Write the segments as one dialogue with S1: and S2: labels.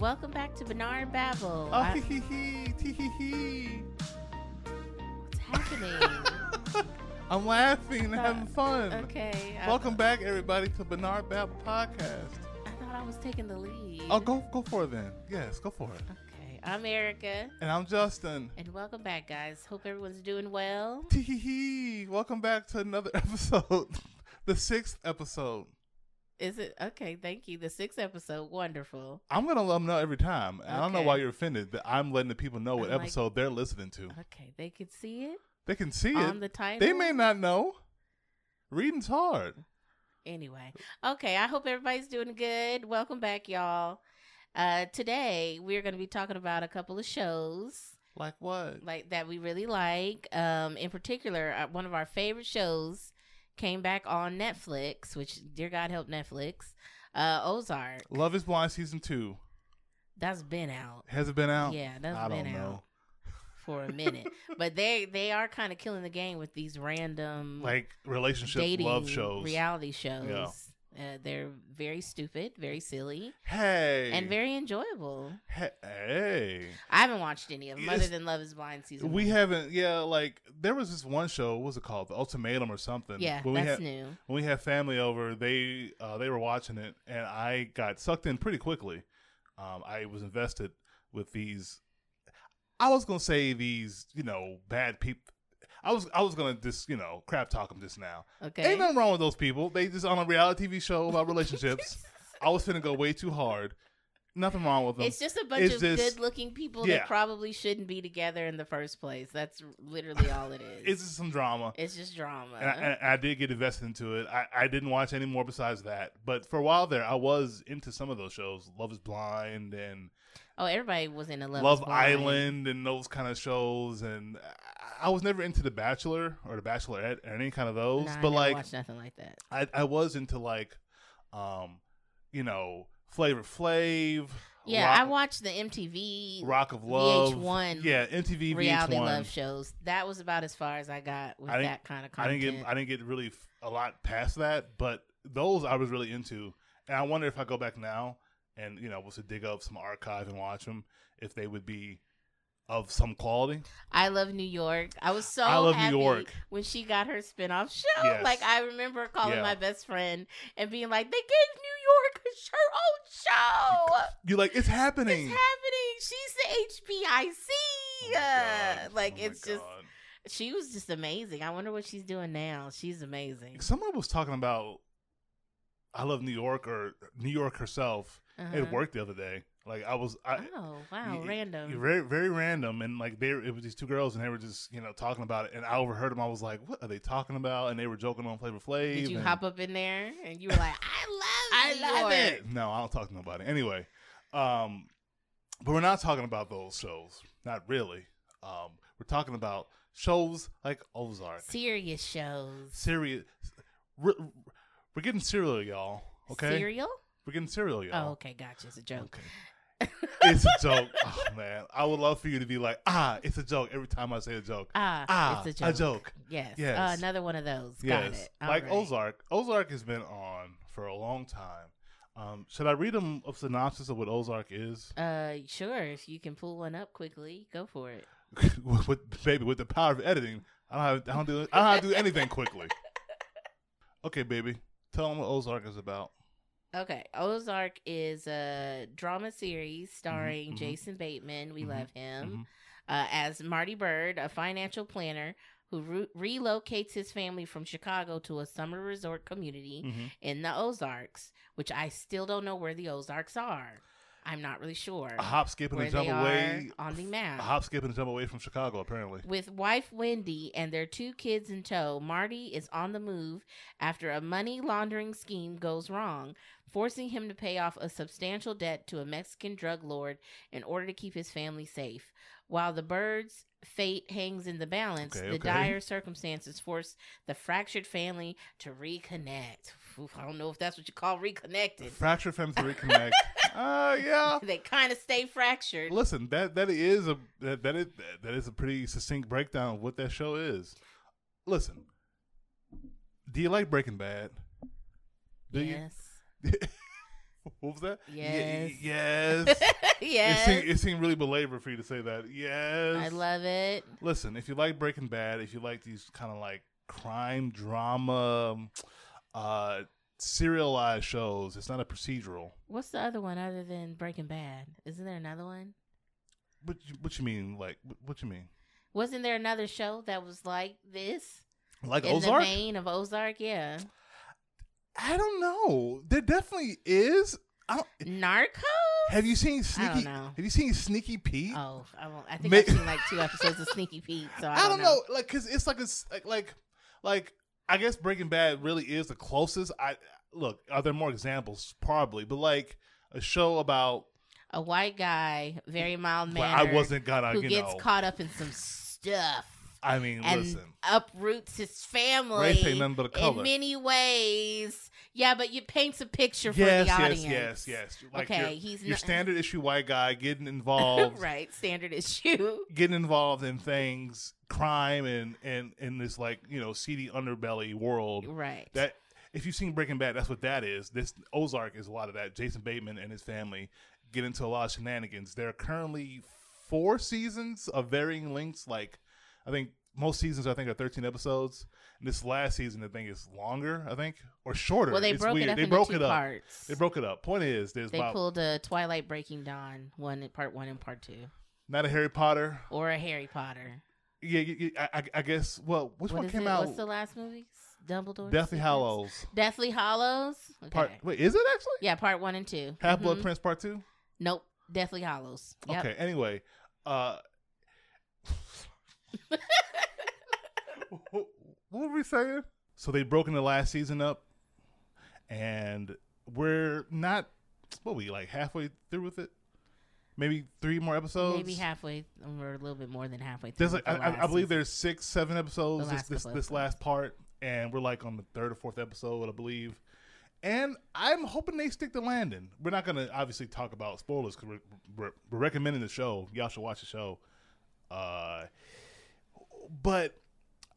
S1: Welcome back to Bernard Babel.
S2: Oh,
S1: I-
S2: hee hee hee, tee hee hee.
S1: what's happening?
S2: I'm laughing and having fun.
S1: okay. I-
S2: Welcome back, everybody, to Bernard Babel Podcast.
S1: I, thought I was taking the lead.
S2: Oh, go go for it then. Yes, go for it.
S1: Okay. I'm Erica,
S2: And I'm Justin.
S1: and welcome back, guys. Hope everyone's doing well.
S2: Tee hee hee. Welcome back to another episode, the sixth episode.
S1: Is it okay? Thank you. The sixth episode, wonderful.
S2: I'm gonna let them know every time. And I don't know
S1: Okay.
S2: why you're offended that I'm letting the people know what
S1: I'm like-
S2: episode they're listening to.
S1: Okay, they could see it
S2: They can see
S1: on
S2: it.
S1: the title.
S2: They may not know. Reading's hard.
S1: Anyway, okay, I hope everybody's doing good. Welcome back, y'all. Uh, today, we're going to be talking about a couple of shows
S2: Like what?
S1: like that we really like. Um, in particular, uh, one of our favorite shows came back on Netflix, which, dear God help Netflix, uh, Ozark.
S2: Love is Blind season two.
S1: That's been out.
S2: Has it been out?
S1: Yeah, that's
S2: I
S1: been
S2: don't
S1: out
S2: know.
S1: for a minute. but they they are kind of killing the game with these random
S2: Like relationship
S1: Mm. dating
S2: love shows.
S1: reality shows. Uh, they're very stupid, very silly,
S2: hey.
S1: and very enjoyable.
S2: He- hey.
S1: I haven't watched any of them other
S2: Yes.
S1: than Love Is Blind season.
S2: We
S1: one.
S2: haven't. Yeah, like there was this one show. What was it called? The Ultimatum or something.
S1: yeah,
S2: When we
S1: that's
S2: had
S1: new.
S2: when we had family over, they uh, they were watching it, and I got sucked in pretty quickly. Um, I was invested with these. I was gonna say these, you know, bad people. I was I was gonna just you know crap talk them just now.
S1: Okay,
S2: Ain't nothing wrong with those people. They just on a reality TV show about relationships. I was finna go way too hard. Nothing wrong with them.
S1: it's just a bunch
S2: It's
S1: of
S2: just-
S1: good-looking people
S2: yeah.
S1: that probably shouldn't be together in the first place. That's literally all it is.
S2: It's just some drama.
S1: It's just drama.
S2: and I, and I did get invested into it. I, I didn't watch any more besides that. But for a while there, I was into some of those shows, Love Is Blind and
S1: oh, everybody was in a Love,
S2: Love,
S1: Is Blind.
S2: Island, and those kind of shows. And I- I was never into The Bachelor or The Bachelorette or any kind of those.
S1: Nah, I
S2: but
S1: never
S2: like,
S1: watched nothing like that.
S2: I, I was into like, um, you know, Flavor Flav.
S1: Yeah,
S2: Rock,
S1: I watched the MTV
S2: Rock of Love.
S1: VH1
S2: Yeah, MTV
S1: reality
S2: VH1.
S1: love shows. That was about as far as I got with
S2: I didn't-
S1: that kind of
S2: I
S1: content.
S2: didn't get I didn't get really f- a lot past that, but those I was really into, and I wonder if I go back now and you know was to dig up some archive and watch them if they would be of some quality.
S1: I love New York. I was so
S2: I love New
S1: happy
S2: York.
S1: when she got her spinoff show.
S2: Yes.
S1: Like I remember calling
S2: Yeah.
S1: my best friend and being like, "They gave New York her own show.
S2: You're like it's
S1: It's
S2: happening.
S1: happening. She's the
S2: Oh
S1: HBIC.
S2: my
S1: Uh,
S2: God.
S1: like
S2: Oh my
S1: it's just
S2: God.
S1: she was just amazing. I wonder what she's doing now. She's amazing.
S2: someone was talking about I love New York or New York herself.
S1: Uh-huh.
S2: It worked the other day. Like I was I,
S1: Oh wow,
S2: Y- y-
S1: random.
S2: y- Very, very random. And like they, it was these two girls, and they were just you know talking about it. And I overheard them. I was like, "What are they talking about?" And they were joking on Flavor Flav.
S1: Did you
S2: and-
S1: hop up in there and you were like, I love New York."
S2: No, I don't talk to nobody. Anyway, um, but we're not talking about those shows. Not really. Um, we're talking about shows like Ozark,
S1: Serious shows.
S2: serious. We're, we're getting serial, y'all. Okay,
S1: Serial?
S2: we're getting serial, y'all.
S1: Oh, okay, gotcha. It's a joke.
S2: Okay. it's a joke. Oh man, I would love for you to be like, ah, it's a joke every time I say a joke.
S1: Ah,
S2: Ah,
S1: it's a joke.
S2: a joke.
S1: Yes.
S2: Yes.
S1: Uh, another one of those. Got
S2: Yes,
S1: it. All
S2: like
S1: right.
S2: Ozark. Ozark has been on for a long time. Um, should I read them a synopsis of what Ozark is?
S1: Uh, sure. If you can pull one up quickly, go for it.
S2: with, with- baby, with the power of editing, I don't have, I don't do I don't have to do anything quickly. Okay, baby, tell them what Ozark is about.
S1: Okay. Ozark is a drama series starring
S2: mhm.
S1: Jason Bateman. We
S2: Mhm,
S1: love him. Uh, as Marty Bird, a financial planner who re- relocates his family from Chicago to a summer resort community.
S2: Mhm, mhm.
S1: in the Ozarks, which I still don't know where the Ozarks are. I'm not really sure
S2: A hop, skip, and
S1: where
S2: a jump
S1: they
S2: away.
S1: are on the
S2: A
S1: map.
S2: hop, skip, and a jump away from Chicago, apparently.
S1: With wife Wendy and their two kids in tow, Marty is on the move after a money laundering scheme goes wrong, forcing him to pay off a substantial debt to a Mexican drug lord in order to keep his family safe. While the bird's fate hangs in the balance,
S2: Okay,
S1: the
S2: okay.
S1: dire circumstances force the fractured family to reconnect. Oof, I don't know if that's what you call reconnected.
S2: Fracture Femmes to reconnect. uh, yeah.
S1: they kind of stay fractured.
S2: Listen, that that is a that that is, that is a pretty succinct breakdown of what that show is. Listen, do you like Breaking Bad? Do
S1: yes.
S2: you? What was that?
S1: Yes.
S2: Ye- yes.
S1: yes.
S2: It, seemed, it seemed really belabored for you to say that. Yes.
S1: I love it.
S2: Listen, if you like Breaking Bad, if you like these kind of like crime drama, um, uh, serialized shows, it's not a procedural.
S1: What's the other one other than Breaking Bad? Isn't there another one?
S2: What you, what you mean? Like wh- what you mean?
S1: Wasn't there another show that was like this
S2: Like
S1: in
S2: Ozark?
S1: the vein of Ozark? Yeah,
S2: I don't know. There definitely is. I don't,
S1: Narcos.
S2: have you seen
S1: I don't
S2: sneaky?
S1: know.
S2: Have you seen Sneaky Pete?
S1: Oh, I, won't, I think
S2: May-
S1: I've seen like two episodes of Sneaky Pete, so I,
S2: I don't know, like, cause it's like it's like, like, like, I guess Breaking Bad really is the closest. I look, are there more examples? Probably, but like a show about.
S1: A white guy, very mild
S2: Well,
S1: mannered,
S2: I wasn't gonna,
S1: who
S2: you
S1: gets
S2: know.
S1: caught up in some stuff
S2: I mean,
S1: and
S2: listen,
S1: uproots his family
S2: race ain't nothing but a
S1: in
S2: color.
S1: many ways. Yeah, but you paints a picture for
S2: yes,
S1: the
S2: yes,
S1: audience.
S2: yes, yes. Like your-
S1: okay, he's
S2: your,
S1: not-
S2: standard issue white guy getting involved,
S1: right. Standard issue.
S2: getting involved in things, crime, and and in this like you know seedy underbelly world.
S1: Right.
S2: That if you've seen Breaking Bad, that's what that is. This Ozark is a lot of that. Jason Bateman and his family get into a lot of shenanigans. There are currently four seasons of varying lengths. Like I think most seasons I think are thirteen episodes. And this last season I think is longer. I think or shorter.
S1: well, they
S2: It's
S1: broke
S2: weird.
S1: it up
S2: They
S1: into
S2: broke
S1: two
S2: it up.
S1: parts.
S2: They broke it up. Point is, there's
S1: They
S2: about
S1: pulled a Twilight Breaking Dawn one, part one and part two,
S2: not a Harry Potter.
S1: or a Harry Potter.
S2: Yeah, yeah, yeah, I, I- I guess. Well, which
S1: What
S2: one
S1: is
S2: came
S1: it?
S2: out?
S1: What's the last movie? Dumbledore.
S2: Deathly Hallows.
S1: Deathly Hollows. Okay.
S2: Part. Wait, is it actually?
S1: yeah, part one and two.
S2: Half Blood
S1: Mhm.
S2: Prince Part Two.
S1: Nope. Deathly Hollows. Yep.
S2: Okay. Anyway, uh, what were we saying? So they've broken the last season up, and we're not. What we like halfway through with it? Maybe three more episodes.
S1: Maybe halfway or a little bit more than halfway through.
S2: There's like
S1: the
S2: I, I- I
S1: last
S2: believe
S1: season.
S2: there's six, seven episodes.
S1: The
S2: This
S1: last
S2: this,
S1: couple
S2: this last part, and we're like on the third or fourth episode, I believe. And I'm hoping they stick to landing. We're not gonna obviously talk about spoilers because we're, we're, we're recommending the show. Y'all should watch the show. Uh, but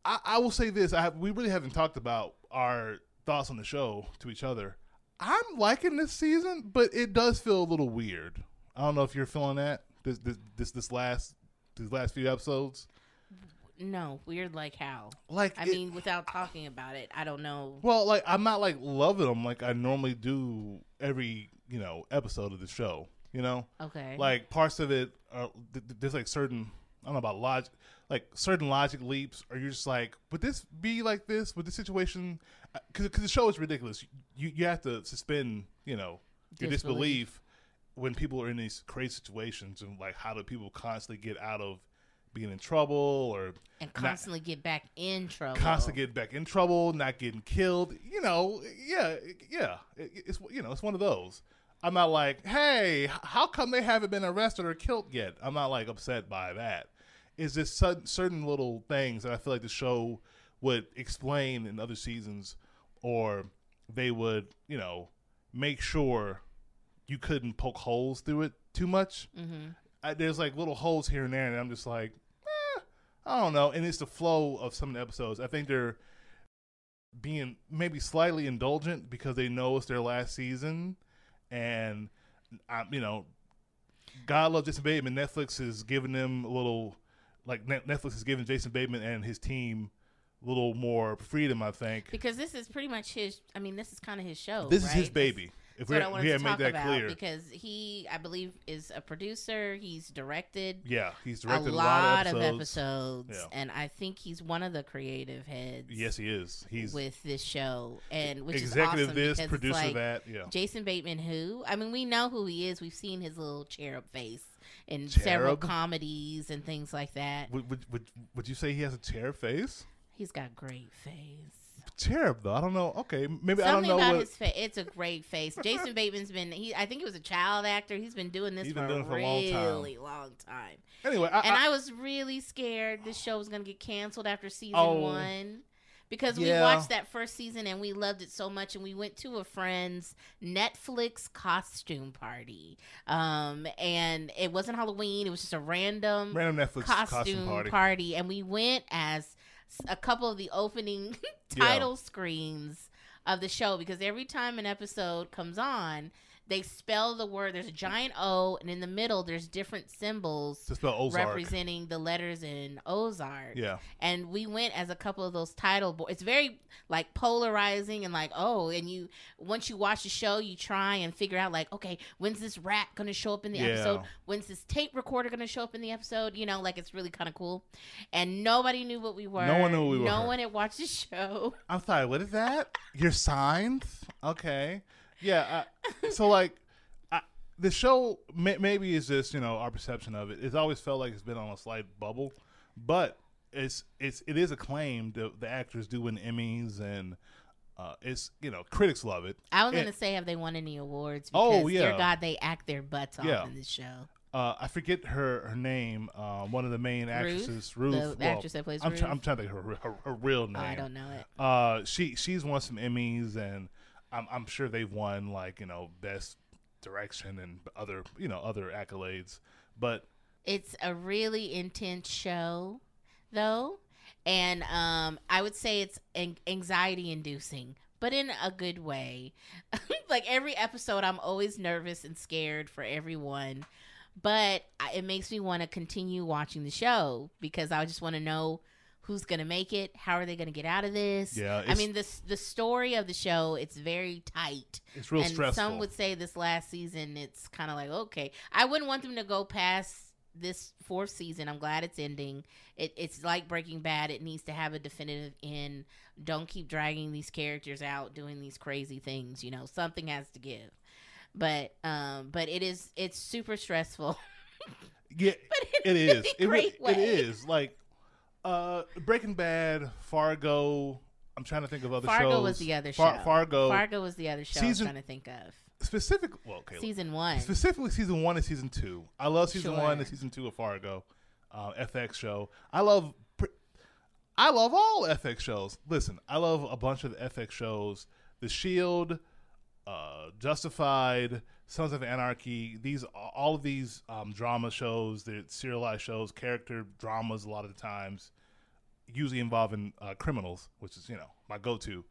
S2: I, I will say this: I have, we really haven't talked about our thoughts on the show to each other. I'm liking this season, but it does feel a little weird. I don't know if you're feeling that this this this, this last these last few episodes.
S1: no weird. Like how?
S2: Like
S1: I
S2: it-
S1: mean, without talking about it, I don't know.
S2: well, like I'm not like loving them like I normally do every you know episode of the show. You know,
S1: Okay.
S2: like parts of it are th- th- there's like certain I don't know about logic, like certain logic leaps, or you're just like, would this be like this? Would this situation? Because the show is ridiculous. You you have to suspend you know your
S1: Disbelief.
S2: disbelief when people are in these crazy situations and like how do people constantly get out of being in trouble or
S1: and
S2: not-
S1: constantly get back in trouble.
S2: constantly getting back in trouble, not getting killed. You know, yeah, yeah. It- It's you know, it's one of those. I'm not like, hey, h- how come they haven't been arrested or killed yet? I'm not like upset by that. It's just sud- certain little things that I feel like the show would explain in other seasons, or they would, you know, make sure you couldn't poke holes through it too much
S1: Mm-hmm.
S2: I, there's like little holes here and there, and I'm just like, eh, I don't know. And it's the flow of some of the episodes. I think they're being maybe slightly indulgent because they know it's their last season, and I, you know, God love Jason Bateman. Netflix is giving them a little, like Net- Netflix is giving Jason Bateman and his team a little more freedom. I think
S1: Because this is pretty much his. I mean, this is kind of his show.
S2: this is
S1: Oh, right?
S2: his
S1: That's-
S2: baby.
S1: That's
S2: If
S1: what I
S2: we
S1: wanted
S2: we
S1: to
S2: had
S1: talk
S2: made that
S1: about
S2: clear,
S1: because he, I believe, is a producer. He's directed
S2: yeah, he's
S1: a
S2: directed
S1: lot,
S2: a lot,
S1: of
S2: episodes.
S1: episodes,
S2: Yeah.
S1: and I think he's one of the creative heads.
S2: Yes, he is. He's
S1: with this show, and which is
S2: executive
S1: awesome
S2: this,
S1: because
S2: producer
S1: it's like
S2: that. Yeah,
S1: Jason Bateman, who I mean, we know who he is. We've seen his little cherub face in several
S2: Cherub?
S1: comedies and things like that.
S2: would, would, would, would you say he has a cherub face?
S1: He's got great face.
S2: Cherub though, I don't know. Okay, maybe I don't
S1: Something
S2: know
S1: about
S2: what
S1: his face. It's a great face. Jason Bateman's been. He, I think he was a child actor. He's been doing this
S2: He's
S1: for,
S2: been doing it for
S1: a
S2: a long time.
S1: really long time.
S2: anyway. I,
S1: And
S2: I-
S1: I, was really scared this show was gonna get canceled after season
S2: Oh.
S1: one because
S2: Yeah.
S1: we watched that first season and we loved it so much, and we went to a friend's Netflix costume party. Um, and it wasn't Halloween. It was just a random
S2: random Netflix costume,
S1: costume
S2: party.
S1: party. and we went as s- a couple of the opening
S2: Yeah.
S1: title screens of the show because every time an episode comes on They spell the word. There's a giant O, and in the middle there's different symbols
S2: to spell Ozark.
S1: representing the letters in Ozark.
S2: yeah,
S1: And we went as a couple of those title boards. It's very like polarizing and like oh, and you once you watch the show, you try and figure out like okay, when's this rat gonna show up in the
S2: yeah.
S1: episode? When's this tape recorder gonna show up in the episode? You know, like it's really kind of cool. And nobody knew what we were.
S2: No one knew what we
S1: No
S2: were.
S1: one had watched the show.
S2: I'm sorry. What is that? Your signs? Okay. Yeah. Uh, so like, I, the show may, maybe is just you know our perception of it. It's always felt like it's been on a slight bubble, but it's it's it is acclaimed. The, the actors do win Emmys, and uh, it's you know critics love it.
S1: I was
S2: Yeah.
S1: gonna say have they won any awards? Because
S2: Oh,
S1: dear
S2: yeah.
S1: God, they act their butts off
S2: Yeah.
S1: in this show.
S2: Uh, I forget her her name. Uh, one of the main actresses, Ruth.
S1: the
S2: well,
S1: actress that plays
S2: I'm,
S1: Ruth.
S2: try- I'm trying to think of her, her, her real name.
S1: oh, I don't know it.
S2: Uh, she she's won some Emmys, and I'm I'm sure they've won like you know best direction and other you know other accolades. But
S1: It's a really intense show, though, and um, I would say it's an- anxiety inducing, but in a good way. like every episode, I'm always nervous and scared for everyone, but I, it makes me want to continue watching the show because I just want to know who's going to make it, how are they going to get out of this.
S2: yeah, it's,
S1: I mean, this the story of the show. It's very tight,
S2: it's real
S1: and
S2: stressful.
S1: some would say this last season. It's kind of like okay, I wouldn't want them to go past this fourth season. I'm glad it's ending. It, it's like Breaking Bad. It needs to have a definitive end. Don't keep dragging these characters out doing these crazy things. You know, something has to give. But um, but it is it's super stressful.
S2: yeah,
S1: but in a
S2: it is.
S1: really
S2: It, re-
S1: great way.
S2: it is like uh, Breaking Bad, Fargo. I'm trying to think of other
S1: Fargo
S2: shows.
S1: was the other
S2: Far-
S1: show.
S2: Fargo,
S1: Fargo was the other show
S2: Season-
S1: I was trying to think of.
S2: specifically. Well, okay,
S1: Season one.
S2: specifically season one and season two. I love season
S1: Sure.
S2: one and season two of Fargo, uh, FX show. I love, pr- I love all FX shows. Listen, I love a bunch of the FX shows: The Shield, uh, Justified, Sons of Anarchy. These all of these um, drama shows, they're serialized shows, character dramas. A lot of the times, usually involving uh, criminals, which is you know my go-to.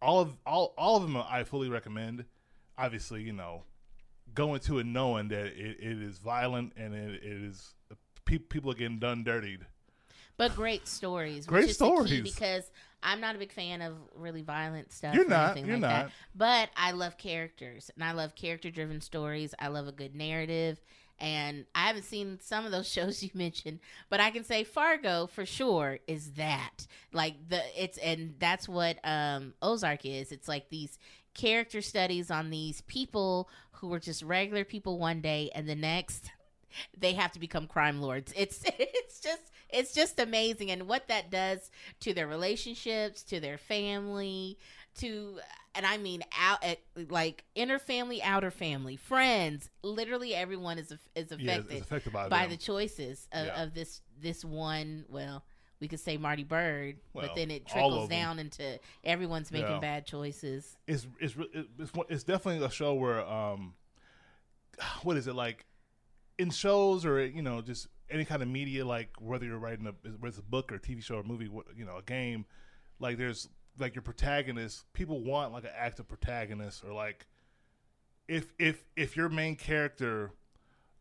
S2: All of all all of them I fully recommend. Obviously, you know, go into it knowing that it, it is violent and it, it is pe- people are getting done dirtied.
S1: but great stories.
S2: Great
S1: which is the key
S2: stories.
S1: because I'm not a big fan of really violent stuff.
S2: You're
S1: or
S2: not,
S1: anything
S2: you're
S1: like that.
S2: not.
S1: But I love characters, and I love character-driven stories. I love a good narrative, and I haven't seen some of those shows you mentioned, but I can say Fargo for sure is that. Like the it's and that's what um Ozark is. It's like these character studies on these people who were just regular people one day and the next they have to become crime lords. It's it's just it's just amazing and what that does to their relationships, to their family, to and I mean out eh, like inner family, outer family, friends, literally everyone is aff- is
S2: Yeah, it's-
S1: affected
S2: it's affected by,
S1: by
S2: them.
S1: the choices of,
S2: Yeah.
S1: of this this one well we could say marty bird but
S2: Well,
S1: then it
S2: all
S1: trickles
S2: of them.
S1: down into everyone's making
S2: Yeah.
S1: bad choices
S2: it's it's re- it's one- it's definitely a show where um, what is it like in shows or you know just any kind of media like whether you're writing a whether it's a book or TV show or movie what- you know a game like there's like your protagonist people want like an active protagonist or like if if if your main character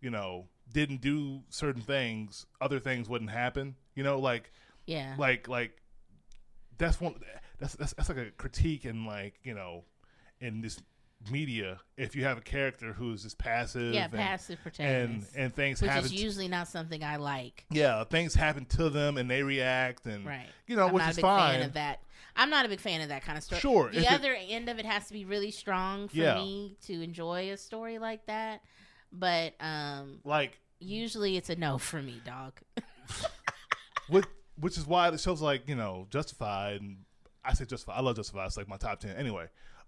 S2: you know didn't do certain things other things wouldn't happen you know like
S1: yeah
S2: like like that's one that's, that's that's like a critique in like you know in this media if you have a character who's just passive
S1: yeah
S2: and,
S1: passive
S2: and
S1: protagonist
S2: and things
S1: which
S2: happen
S1: is usually not something i like
S2: yeah things happen to them and they react and
S1: right
S2: you know
S1: i'm
S2: which
S1: not a
S2: is
S1: big
S2: fine
S1: fan of that i'm not a big fan of that kind of story
S2: Sure, if
S1: the
S2: it-
S1: other end of it has to be really strong for
S2: Yeah.
S1: me to enjoy a story like that but um
S2: like
S1: usually it's a no for me dog
S2: which which is why the shows like you know Justified and I say Justified. I love Justified. It's like my top ten anyway.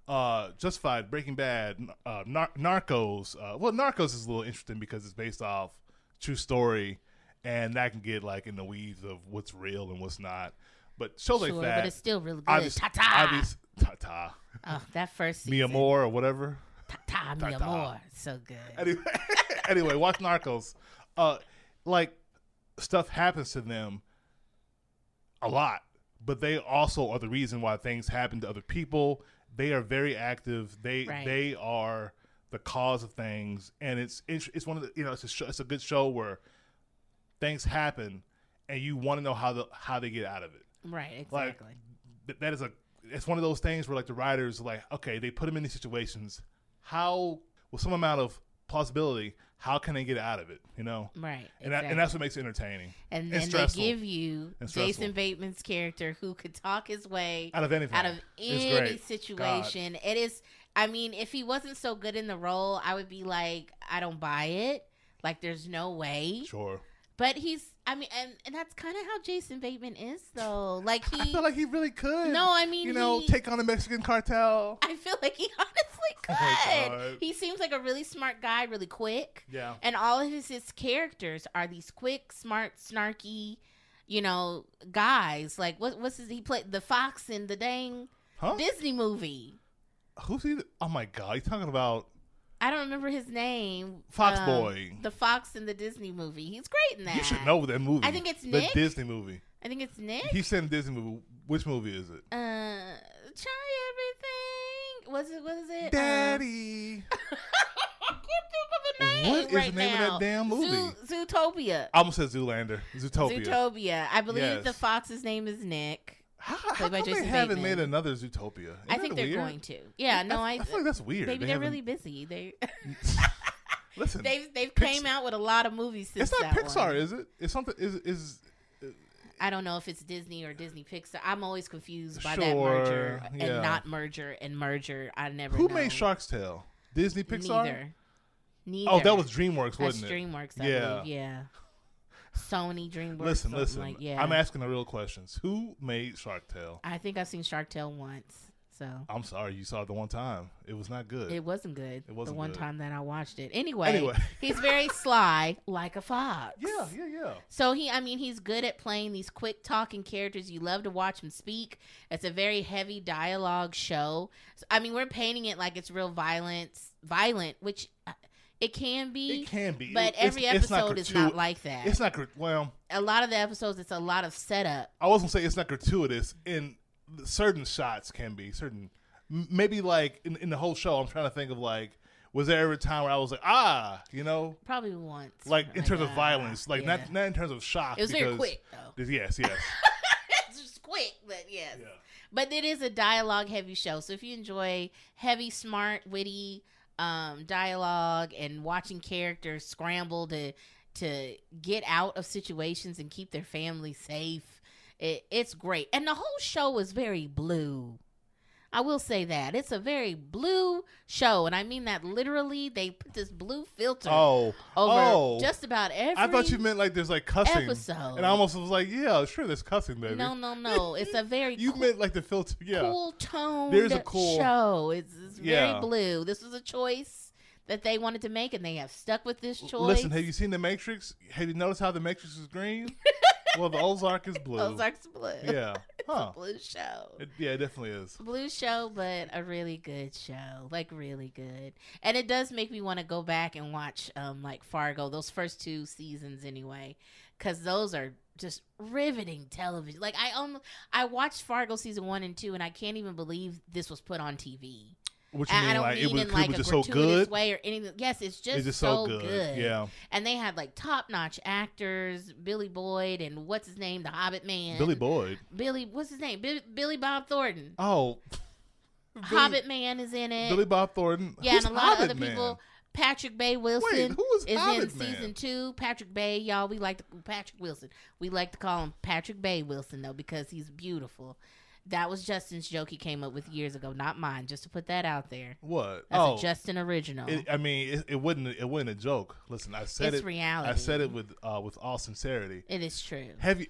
S2: Uh, Justified, Breaking Bad, uh, Nar- Narcos. Uh, well, Narcos is a little interesting because it's based off true story, and that can get like in the weeds of what's real and what's not. But shows
S1: sure
S2: like
S1: but it's
S2: that,
S1: still really good
S2: obvious-
S1: ta ta
S2: obvious- ta-ta,
S1: oh that first
S2: Mia
S1: season
S2: Moore or whatever.
S1: Ta mi
S2: Ta-ta.
S1: amor. So good.
S2: anyway, anyway, watch Narcos. Uh, like stuff happens to them a lot, but they also are the reason why things happen to other people. They are very active. They
S1: Right.
S2: they are the cause of things, and it's it's, it's one of the you know it's a show, it's a good show where things happen, and you want to know how the how they get out of it.
S1: Right,
S2: Like
S1: exactly.
S2: th- that is a it's one of those things where like the writers are like okay they put them in these situations, how with some amount of plausibility how can they get out of it you know,
S1: right.
S2: and that, and
S1: exactly.
S2: that's what makes it entertaining
S1: And
S2: it's
S1: then
S2: stressful.
S1: they give you
S2: It's
S1: Jason
S2: stressful.
S1: Bateman's character who could talk his way
S2: out of anything
S1: out of E
S2: It's
S1: any
S2: great.
S1: situation. It is. I mean, if he wasn't so good in the role, I would be like, I don't buy it. Like, there's no way.
S2: sure
S1: But he's. I mean, and, and that's kind of how Jason Bateman is, though. Like
S2: I
S1: he.
S2: feel like he really could
S1: no, I mean,
S2: you know
S1: he,
S2: take on the Mexican cartel
S1: I feel like he honestly
S2: Oh my
S1: could.
S2: God.
S1: he seems like a really smart guy, really quick.
S2: yeah
S1: And all of his, his characters are these quick, smart, snarky, you know, guys. Like what what's his he played the fox in the dang
S2: huh
S1: Disney movie.
S2: who's he oh my god you talking about
S1: I don't remember his name.
S2: Fox
S1: Um,
S2: Boy.
S1: The fox in the Disney movie. He's great in that.
S2: You should know that movie.
S1: I think it's
S2: the
S1: Nick.
S2: Disney movie.
S1: I think it's Nick.
S2: He said Disney movie. Which movie is it?
S1: uh try everything. Was it what is it? Um,
S2: Daddy.
S1: I can't think of the name.
S2: What is
S1: right
S2: the name
S1: now.
S2: of that damn movie?
S1: Zoo, Zootopia.
S2: I almost said Zoolander. Zootopia.
S1: Zootopia. I believe
S2: Yes.
S1: the fox's name is Nick.
S2: How, how
S1: Played by
S2: come they
S1: Jason
S2: haven't
S1: Bateman.
S2: made another Zootopia? Isn't
S1: I think
S2: that
S1: they're
S2: weird?
S1: going to. Yeah, no, I.
S2: I feel like that's weird.
S1: maybe
S2: They
S1: they're
S2: haven't-
S1: really busy. They
S2: Listen,
S1: they've they've
S2: Pix-
S1: came out with a lot of movies since
S2: it's not
S1: that
S2: Pixar,
S1: one.
S2: is it? It's something. Is is
S1: I don't know if it's Disney or Disney Pixar. I'm always confused by that
S2: Sure,
S1: merger
S2: yeah.
S1: and not merger and merger. I never
S2: who
S1: know.
S2: made Shark's Tale? Disney Pixar.
S1: Neither. Neither.
S2: Oh, that was DreamWorks,
S1: That's
S2: wasn't it?
S1: DreamWorks. I
S2: Yeah.
S1: believe. Yeah. Sony DreamWorks.
S2: listen,
S1: something
S2: listen.
S1: Like, yeah.
S2: I'm asking the real questions. Who made Shark Tale?
S1: I think I've seen Shark Tale once, so
S2: I'm sorry, you saw it the one time. It was not good.
S1: it wasn't good.
S2: Uh, wasn't
S1: the one
S2: good.
S1: time that I watched it. Anyway,
S2: Anyway.
S1: he's very sly, like a fox.
S2: yeah, yeah, yeah.
S1: So he, I mean, he's good at playing these quick talking characters. You love to watch him speak. It's a very heavy dialogue show. So, I mean, we're painting it like it's real violence, violent, which uh, it can be.
S2: It can be,
S1: but
S2: It- it's-
S1: every
S2: it's
S1: episode is not
S2: gratu-
S1: like that.
S2: It's not gr- well.
S1: a lot of the episodes, it's a lot of setup.
S2: I wasn't saying it's not gratuitous. In certain shots, can be certain. m- Maybe like in, in the whole show, I'm trying to think of like, was there ever a time where I was like, ah, you know,
S1: Probably once.
S2: like in terms of
S1: ah,
S2: violence, like
S1: yeah.
S2: not not in terms of shock.
S1: It was very
S2: because-
S1: quick, though.
S2: Yes, yes,
S1: it's just quick, but yes.
S2: yeah.
S1: But it is a dialogue heavy show. So if you enjoy heavy, smart, witty um, dialogue and watching characters scramble to to get out of situations and keep their family safe, it, it's great. And the whole show is very blue. I will say that it's a very blue show, and I mean that literally. They put this blue filter
S2: Oh,
S1: over
S2: oh,
S1: just about every.
S2: I thought you meant like there's like cussing,
S1: episode.
S2: and I almost was like, yeah, sure, there's cussing, baby.
S1: No, no, no! It's a very
S2: you
S1: cool-
S2: meant like the filter, yeah.
S1: cool toned
S2: There's a cool-
S1: show. It's, it's
S2: Yeah.
S1: very blue. This was a choice that they wanted to make, and they have stuck with this choice.
S2: Listen, have you seen the Matrix? Have you noticed how the Matrix is green? well, the Ozark is blue.
S1: Ozark's Oh, blue.
S2: Yeah. Huh.
S1: blue show.
S2: It, yeah, it definitely is.
S1: Blue show, but a really good show, like really good, and it does make me want to go back and watch, um, like Fargo, those first two seasons anyway, because those are just riveting television. Like I almost, I watched Fargo season one and two, and I can't even believe this was put on TV.
S2: What you
S1: I,
S2: mean?
S1: I don't
S2: like
S1: mean
S2: it was,
S1: in
S2: it
S1: like
S2: was
S1: a
S2: just so
S1: gratuitous
S2: good.
S1: way or anything. Yes, it's just,
S2: it's just
S1: so good.
S2: Yeah,
S1: And they had like top notch actors, Billy Boyd and what's his name, the Hobbit man.
S2: Billy Boyd.
S1: Billy, what's his name? Billy, Billy Bob Thornton.
S2: Oh, Billy,
S1: Hobbit man is in it.
S2: Billy Bob Thornton.
S1: yeah,
S2: Who's
S1: and a lot
S2: Hobbit
S1: of other
S2: Man?
S1: people. Patrick Bay
S2: Wait,
S1: Wilson
S2: who was
S1: is
S2: Hobbit
S1: in season
S2: Man?
S1: two. Patrick Bay, y'all, we like to, Patrick Wilson. We like to call him Patrick Bay Wilson though because he's beautiful. That was Justin's joke he came up with years ago, not mine. Just to put that out there.
S2: What?
S1: That's
S2: oh,
S1: a Justin original.
S2: it, I mean, it, it wasn't. It wasn't a joke. Listen, I said
S1: it's
S2: it.
S1: reality.
S2: I said it with uh, with all sincerity.
S1: It is true.
S2: Have you?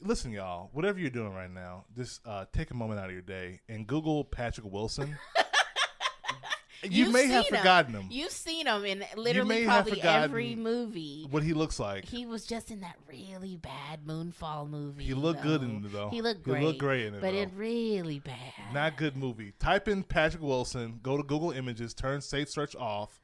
S2: Listen, y'all. Whatever you're doing right now, just uh, take a moment out of your day and Google Patrick Wilson. you
S1: You've
S2: may have
S1: seen him.
S2: forgotten him.
S1: You've seen him in
S2: may
S1: literally
S2: have
S1: probably every
S2: forgotten-
S1: movie.
S2: What he looks like.
S1: He was just in that really bad Moonfall movie.
S2: He looked good in
S1: though.
S2: it though.
S1: He looked
S2: He looked great in it.
S1: But
S2: though.
S1: it really bad.
S2: not good movie. Type in Patrick Wilson. Go to Google Images. Turn safe search off,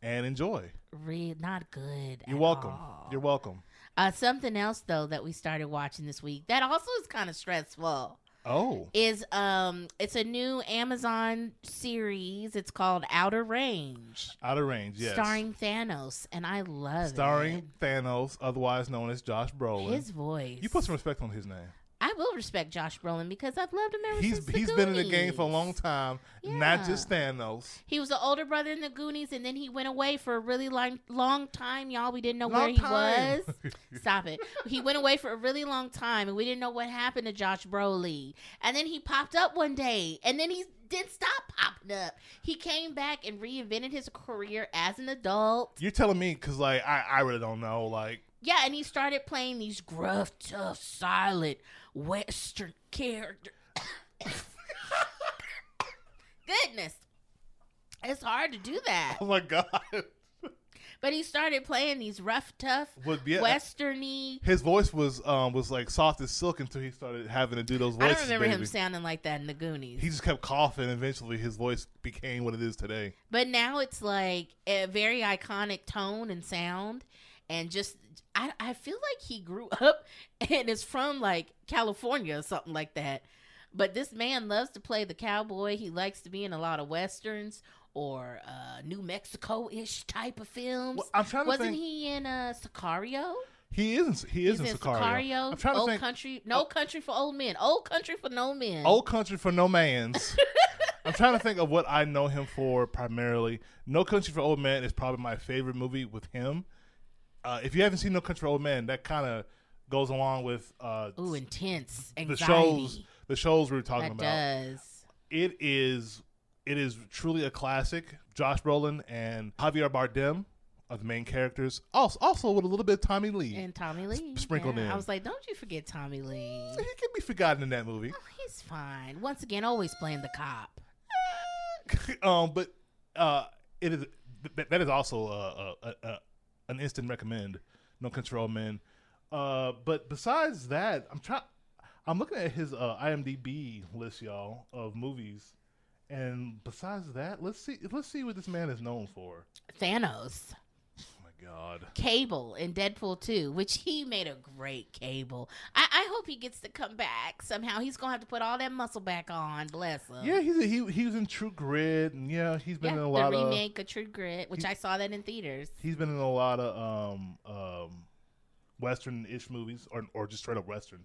S2: and enjoy.
S1: Re- not good.
S2: You're
S1: at
S2: welcome.
S1: all.
S2: You're welcome.
S1: Uh, something else though that we started watching this week that also is kind of stressful.
S2: Oh,
S1: is um it's a new Amazon series. It's called Outer Range,
S2: out of range. Yes,
S1: starring Thanos, and I love
S2: Starring Thanos, otherwise known as Josh
S1: it.
S2: Brolin.
S1: his voice.
S2: you put some respect on his name.
S1: I will respect Josh Brolin because I've loved him ever
S2: He's
S1: since. the
S2: he's been in the game for a
S1: Goonies.
S2: long time, not just Thanos.
S1: He was the older brother in the Goonies, and then he went away for a really long, long time, y'all. We didn't know where
S2: Long
S1: he
S2: time.
S1: was. Stop it. He went away for a really long time, and we didn't know what happened to Josh Brolin. And then he popped up one day, and then he didn't stop popping up. He came back and reinvented his career as an adult.
S2: You're telling me because like I, I really don't know. Like
S1: Yeah, and he started playing these gruff, tough, silent Western characters. Goodness. It's hard to do that.
S2: oh my god,
S1: But he started playing these rough, tough,
S2: would be
S1: westerny.
S2: his voice was um was like soft as silk until he started having to do those
S1: I
S2: voices.
S1: don't remember
S2: baby.
S1: him sounding like that in the Goonies.
S2: He just kept coughing. Eventually, his voice became what it is today.
S1: but now it's like a very iconic tone and sound, and just I I feel like he grew up and is from like California or something like that. But this man loves to play the cowboy. He likes to be in a lot of westerns or uh, New Mexico ish type of films.
S2: Well, I'm trying to
S1: Wasn't
S2: think.
S1: he in uh, Sicario?
S2: He isn't. He
S1: He's
S2: isn't
S1: in
S2: Sicario.
S1: Sicario.
S2: I'm trying to
S1: old
S2: think. Oh.
S1: country, no country for old men. Old country for no men.
S2: Old country for no man's. I'm trying to think of what I know him for primarily. No Country for Old Man is probably my favorite movie with him. Uh, if you haven't seen No Country for Old Man, that kind of goes along with uh,
S1: Ooh, intense
S2: the
S1: anxiety.
S2: shows. The shows we were talking
S1: that
S2: about.
S1: does.
S2: It is. It is truly a classic. Josh Brolin and Javier Bardem are the main characters. Also, also with a little bit of Tommy Lee.
S1: And Tommy Lee
S2: sprinkled
S1: yeah.
S2: in.
S1: I was like, don't you forget Tommy Lee.
S2: he can be forgotten in that movie.
S1: Oh, he's fine. Once again, always playing the cop.
S2: um, but uh, it is that, that is also uh, a, a, a, an instant recommend. No control, man. Uh, but besides that, I'm trying. I'm looking at his uh, IMDb list, y'all, of movies. And besides that, let's see. Let's see what this man is known for.
S1: Thanos,
S2: Oh my God.
S1: Cable in Deadpool 2, which he made a great Cable. I, I hope he gets to come back somehow. He's gonna have to put all that muscle back on. Bless him.
S2: Yeah, he's he he was in True Grit, and yeah, he's been
S1: Yeah,
S2: in a
S1: the
S2: lot of
S1: remake of True Grit, which
S2: He-
S1: I saw that in theaters.
S2: he's been in a lot of um um western ish movies or or just straight up western.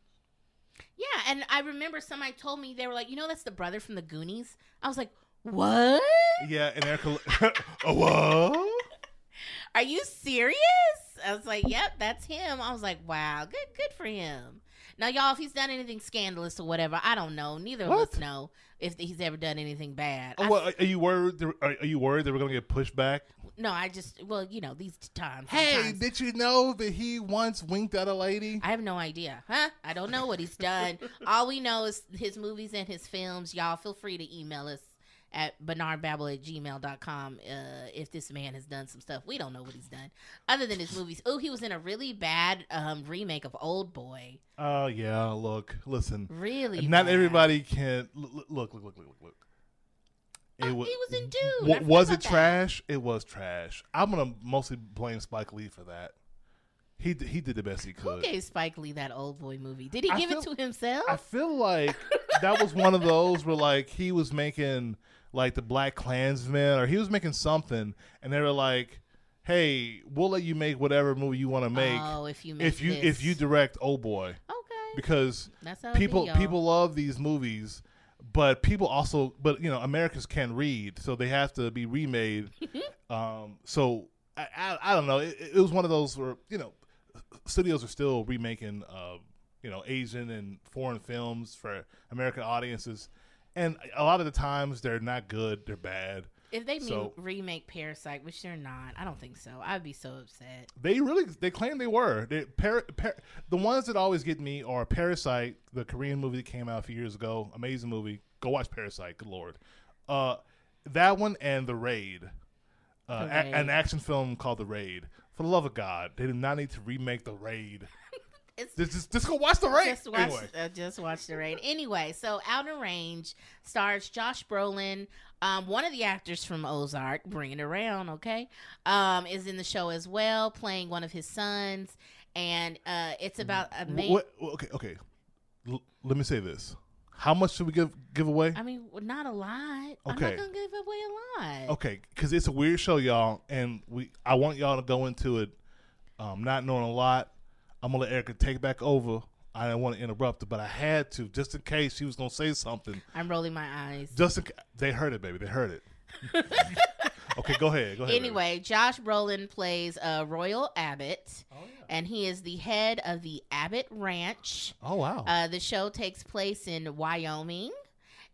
S1: Yeah, and I remember somebody told me they were like, you know, that's the brother from the Goonies. I was like, what?
S2: Yeah, and Erica. oh, whoa.
S1: Are you serious? I was like, yep, that's him. I was like, wow, good, good for him. Now, y'all, if he's done anything scandalous or whatever, I don't know. Neither of us
S2: What?
S1: know if he's ever done anything bad.
S2: Oh,
S1: I-
S2: well, are- are you worried? Are, are you worried that we're gonna get pushed back?
S1: no, I just, well, you know, these times.
S2: Hey,
S1: sometimes-
S2: did you know that he once winked at a lady?
S1: I have no idea, huh? I don't know what he's done. All we know is his movies and his films. Y'all feel free to email us at bernardbabble at gmail.com uh, if this man has done some stuff. We don't know what he's done other than his movies. Oh, he was in a really bad um, remake of Old Boy.
S2: Oh yeah. Look, listen.
S1: Really?
S2: Not
S1: bad.
S2: everybody can look. Look. Look. Look. Look. look.
S1: Oh,
S2: wa-
S1: he was in Dune. I
S2: wa-
S1: forgot
S2: was it
S1: about that.
S2: trash? It was trash. I'm gonna mostly blame Spike Lee for that. He d- he did the best he could.
S1: Who gave Spike Lee that Old Boy movie? Did he
S2: I
S1: give it
S2: feel-
S1: to himself?
S2: I feel like that was one of those where like he was making like the Black Klansman or he was making something, and they were like, "Hey, we'll let you make whatever movie you want to make
S1: oh, if you make
S2: if you
S1: this.
S2: if you direct Oh Boy,"
S1: okay,
S2: because
S1: that's how
S2: people
S1: it be, y'all.
S2: people love these movies. But people also, but you know, Americans can read, so they have to be remade. um, so I, I, I don't know. It, it was one of those where you know, studios are still remaking, uh, you know, Asian and foreign films for American audiences, and a lot of the times they're not good; they're bad.
S1: If they
S2: So-
S1: me- remake Parasite, which they're not, I don't think so. I'd be so upset.
S2: They really they claim they were. They, par, par, the ones that always get me are Parasite, the Korean movie that came out a few years ago. Amazing movie. Go watch Parasite. Good lord. Uh, that one and The Raid, uh,
S1: The
S2: a-
S1: Raid.
S2: an action film called The Raid. For the love of God, they do not need to remake The Raid.
S1: It's
S2: Just, just, just go watch The Raid.
S1: just watch,
S2: anyway,
S1: uh, just watch the raid. Anyway, so Outer Range stars Josh Brolin, um, one of the actors from Ozark, bringing it around, okay, um, is in the show as well, playing one of his sons, and uh, it's about a
S2: Wh-
S1: man.
S2: what- okay, okay. L- let me say this. How much should we give give away?
S1: I mean, well, not a lot. I'm
S2: Okay.
S1: not gonna give away a lot.
S2: Okay, because it's a weird show, y'all, and we I want y'all to go into it um, not knowing a lot. I'm gonna let Erica take back over. I didn't want to interrupt, her, but I had to just in case she was gonna say something.
S1: I'm rolling my eyes.
S2: Just in, ca- they heard it, baby. They heard it. okay, go ahead. Go ahead. baby.
S1: Anyway, Josh Brolin plays uh, Royal Abbott,
S2: Oh, yeah.
S1: and he is the head of the Abbott Ranch.
S2: Oh wow.
S1: Uh, the show takes place in Wyoming,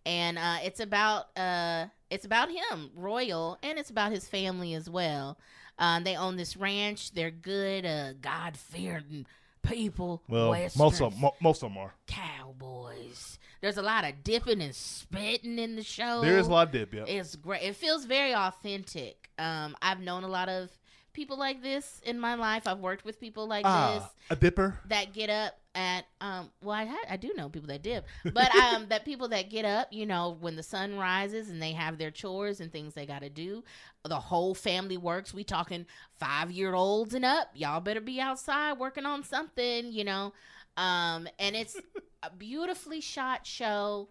S1: and uh, it's about uh, it's about him, Royal, and it's about his family as well. Um, they own this ranch. They're good, uh, God fearing people.
S2: well,
S1: Western
S2: most of mo- most of them are.
S1: cowboys. There's a lot of dipping and spitting in the show.
S2: There is a lot of dip. Yeah.
S1: It's great. It feels very authentic. Um, I've known a lot of people like this in my life. I've worked with people like this
S2: ah, a dipper.
S1: that get up at um well I had, I do know people that dip but um that people that get up you know when the sun rises and they have their chores and things they got to do the whole family works we talking 5 year olds and up y'all better be outside working on something you know um and it's a beautifully shot show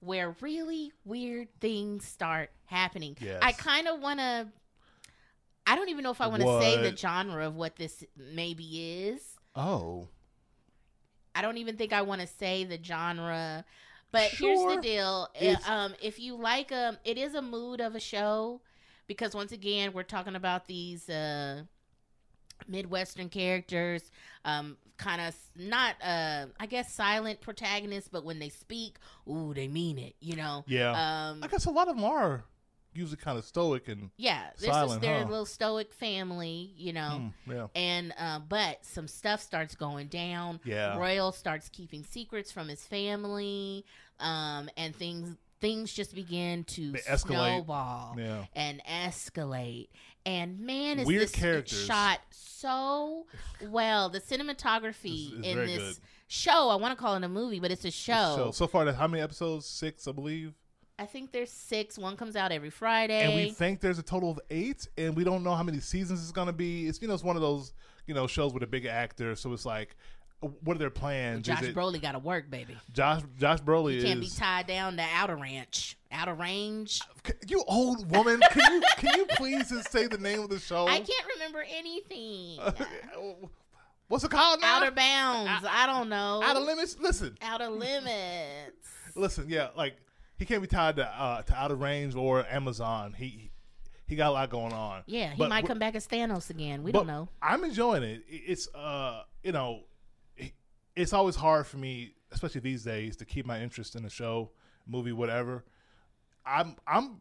S1: where really weird things start happening
S2: Yes.
S1: I kind of want to I don't even know if I want to say the
S2: What?
S1: genre of what this maybe is
S2: Oh.
S1: I don't even think I want to say the genre. But here's the
S2: Sure.
S1: deal: Uh,
S2: It's-
S1: um, if you like, um, it is a mood of a show because once again, we're talking about these uh, midwestern characters, um, kind of not, uh, I guess, silent protagonists, but when they speak, ooh, they mean it, you know.
S2: Yeah.
S1: Um,
S2: I guess a lot of them are usually kind of stoic and.
S1: yeah, this is
S2: Silent,
S1: their
S2: huh?
S1: little stoic family, you know.
S2: Mm, yeah.
S1: And uh, but some stuff starts going down.
S2: Yeah.
S1: Royal starts keeping secrets from his family, um, and things things just begin to
S2: They escalate.
S1: snowball
S2: Yeah.
S1: and escalate. And man, is
S2: Weird
S1: this
S2: characters.
S1: shot so well. The cinematography
S2: It's- it's
S1: in
S2: very
S1: this
S2: good.
S1: show, I want to call it a movie, but it's a show.
S2: So so far, that's how many episodes? Six, I believe.
S1: I think there's six. One comes out every Friday.
S2: and we think there's a total of eight, and we don't know how many seasons it's going to be. It's you know it's one of those you know shows with a big actor, so it's like, what are their plans?
S1: Josh
S2: Is it-
S1: Broley got to work, baby.
S2: Josh Josh Broley
S1: You can't be
S2: is
S1: tied down to outer ranch, outer range.
S2: Can- you old woman. can you can you please just say the name of the show?
S1: I can't remember anything.
S2: What's it called now?
S1: outer bounds. I don't know.
S2: Outer limits. Listen,
S1: Outer limits.
S2: listen. Yeah, like he can't be tied to uh, to Outer Range or Amazon. He he got a lot going on.
S1: Yeah, he
S2: But
S1: might
S2: we're-
S1: come back as Thanos again. We
S2: But
S1: don't know.
S2: I'm enjoying it. It- It's uh, you know, it- it's always hard for me, especially these days, to keep my interest in a show, movie, whatever. I'm I'm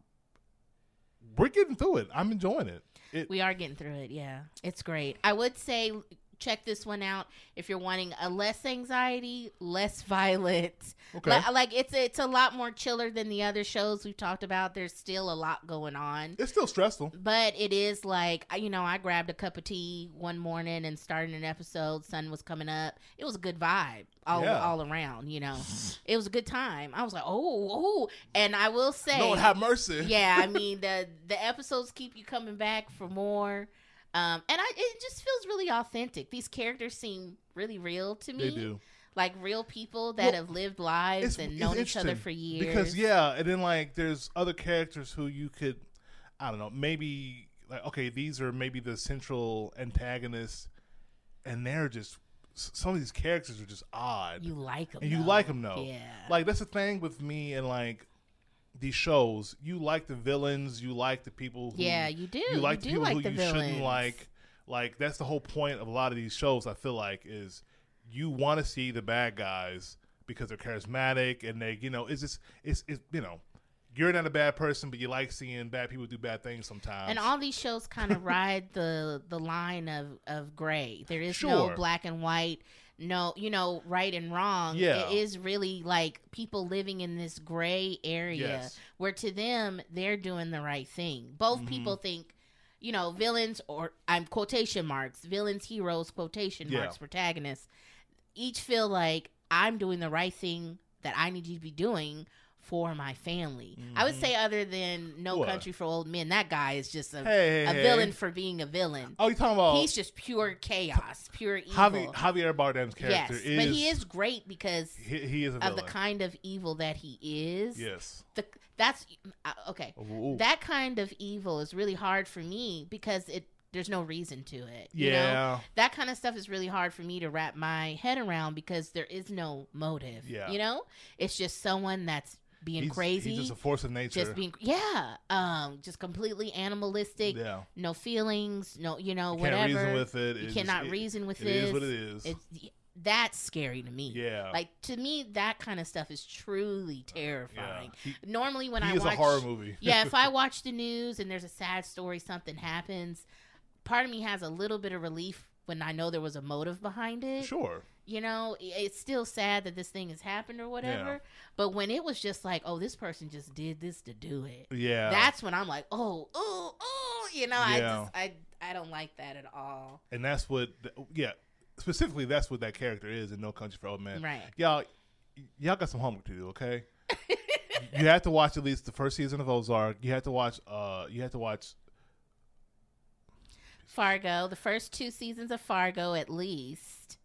S2: we're getting through it. I'm enjoying it. It
S1: We are getting through it. Yeah, it's great. I would say check this one out if you're wanting a less anxiety, less violent.
S2: okay.
S1: Li- like it's it's a lot more chiller than the other shows we've talked about. There's still a lot going on.
S2: it's still stressful.
S1: But it is like I- you know, I grabbed a cup of tea one morning and started an episode. Sun was coming up. It was a good vibe all
S2: Yeah.
S1: all around. You know, it was a good time. I was like, oh, oh, and I will say,
S2: Lord have mercy.
S1: yeah, I mean the the episodes keep you coming back for more. Um, and I it just feels really authentic. These characters seem really real to me.
S2: They do
S1: Like real people that
S2: Well,
S1: have lived lives
S2: it's-
S1: and
S2: it's
S1: known each other
S2: interesting
S1: for years.
S2: because yeah, and then like there's other characters who you could, I don't know, maybe like okay, these are maybe the central antagonists, and they're just s- some of these characters are just odd.
S1: you like them.
S2: and you like 'em, though.
S1: Yeah.
S2: like that's the thing with me and like these shows. You like the villains, you like the people. Who,
S1: yeah, you do.
S2: you like
S1: do
S2: the people
S1: like
S2: who
S1: the
S2: you
S1: villains.
S2: shouldn't like. Like that's the whole point of a lot of these shows. I feel like is you want to see the bad guys because they're charismatic and they, you know, it's just it's it's you know, you're not a bad person, but you like seeing bad people do bad things sometimes.
S1: And all these shows kind of ride the the line of of gray. There is no
S2: Sure.
S1: black and white, no you know right and wrong.
S2: Yeah.
S1: it is really like people living in this gray area
S2: yes,
S1: where to them they're doing the right thing. Both
S2: Mhm.
S1: people think, you know, villains or I'm quotation marks villains, heroes, quotation
S2: Yeah.
S1: marks, protagonists. Each feel like I'm doing the right thing that I need to be doing for my family. I would
S2: Mhm.
S1: say other than No
S2: What?
S1: Country for Old Men, that guy is just a,
S2: Hey, hey,
S1: a
S2: hey.
S1: villain for being a villain.
S2: Oh, you talking about
S1: He's just pure chaos, pure evil.
S2: Javi, Javier Bardem's
S1: yes,
S2: character?
S1: but he is great because
S2: he, he is a
S1: of
S2: villain.
S1: the kind of evil that he is.
S2: yes.
S1: The, that's uh, okay.
S2: Ooh.
S1: That kind of evil is really hard for me because it there's no reason to it. You know?
S2: yeah.
S1: that kind of stuff is really hard for me to wrap my head around because there is no motive.
S2: Yeah.
S1: You know, it's just someone that's being
S2: He's-
S1: crazy,
S2: He's just
S1: just,
S2: a force of nature.
S1: being yeah, um, just completely animalistic,
S2: yeah.
S1: no feelings, no you know
S2: You
S1: whatever.
S2: can't reason with it.
S1: you
S2: It's
S1: cannot
S2: just, it-
S1: reason with
S2: It
S1: this.
S2: is what it is.
S1: It's that's scary to me.
S2: yeah.
S1: Like to me, that kind of stuff is truly
S2: yeah.
S1: terrifying.
S2: He,
S1: Normally, when
S2: he
S1: I
S2: is
S1: watch
S2: a horror movie.
S1: yeah, if I watch the news and there's a sad story, something happens, part of me has a little bit of relief when I know there was a motive behind it.
S2: sure.
S1: You know, i- it's still sad that this thing has happened or whatever. But when it was just like, oh, this person just did this to do it,
S2: Yeah.
S1: that's when I'm like, oh, oh, oh, you know, I
S2: Yeah.
S1: just, I, I don't like that at all.
S2: and that's what. th- yeah. Specifically, that's what that character is in No Country for Old Men.
S1: Right.
S2: Y'all, y'all got some homework to do. Okay. you have to watch at least the first season of Ozark. You have to watch. Uh, you have to watch.
S1: Fargo, the first two seasons of Fargo, at least.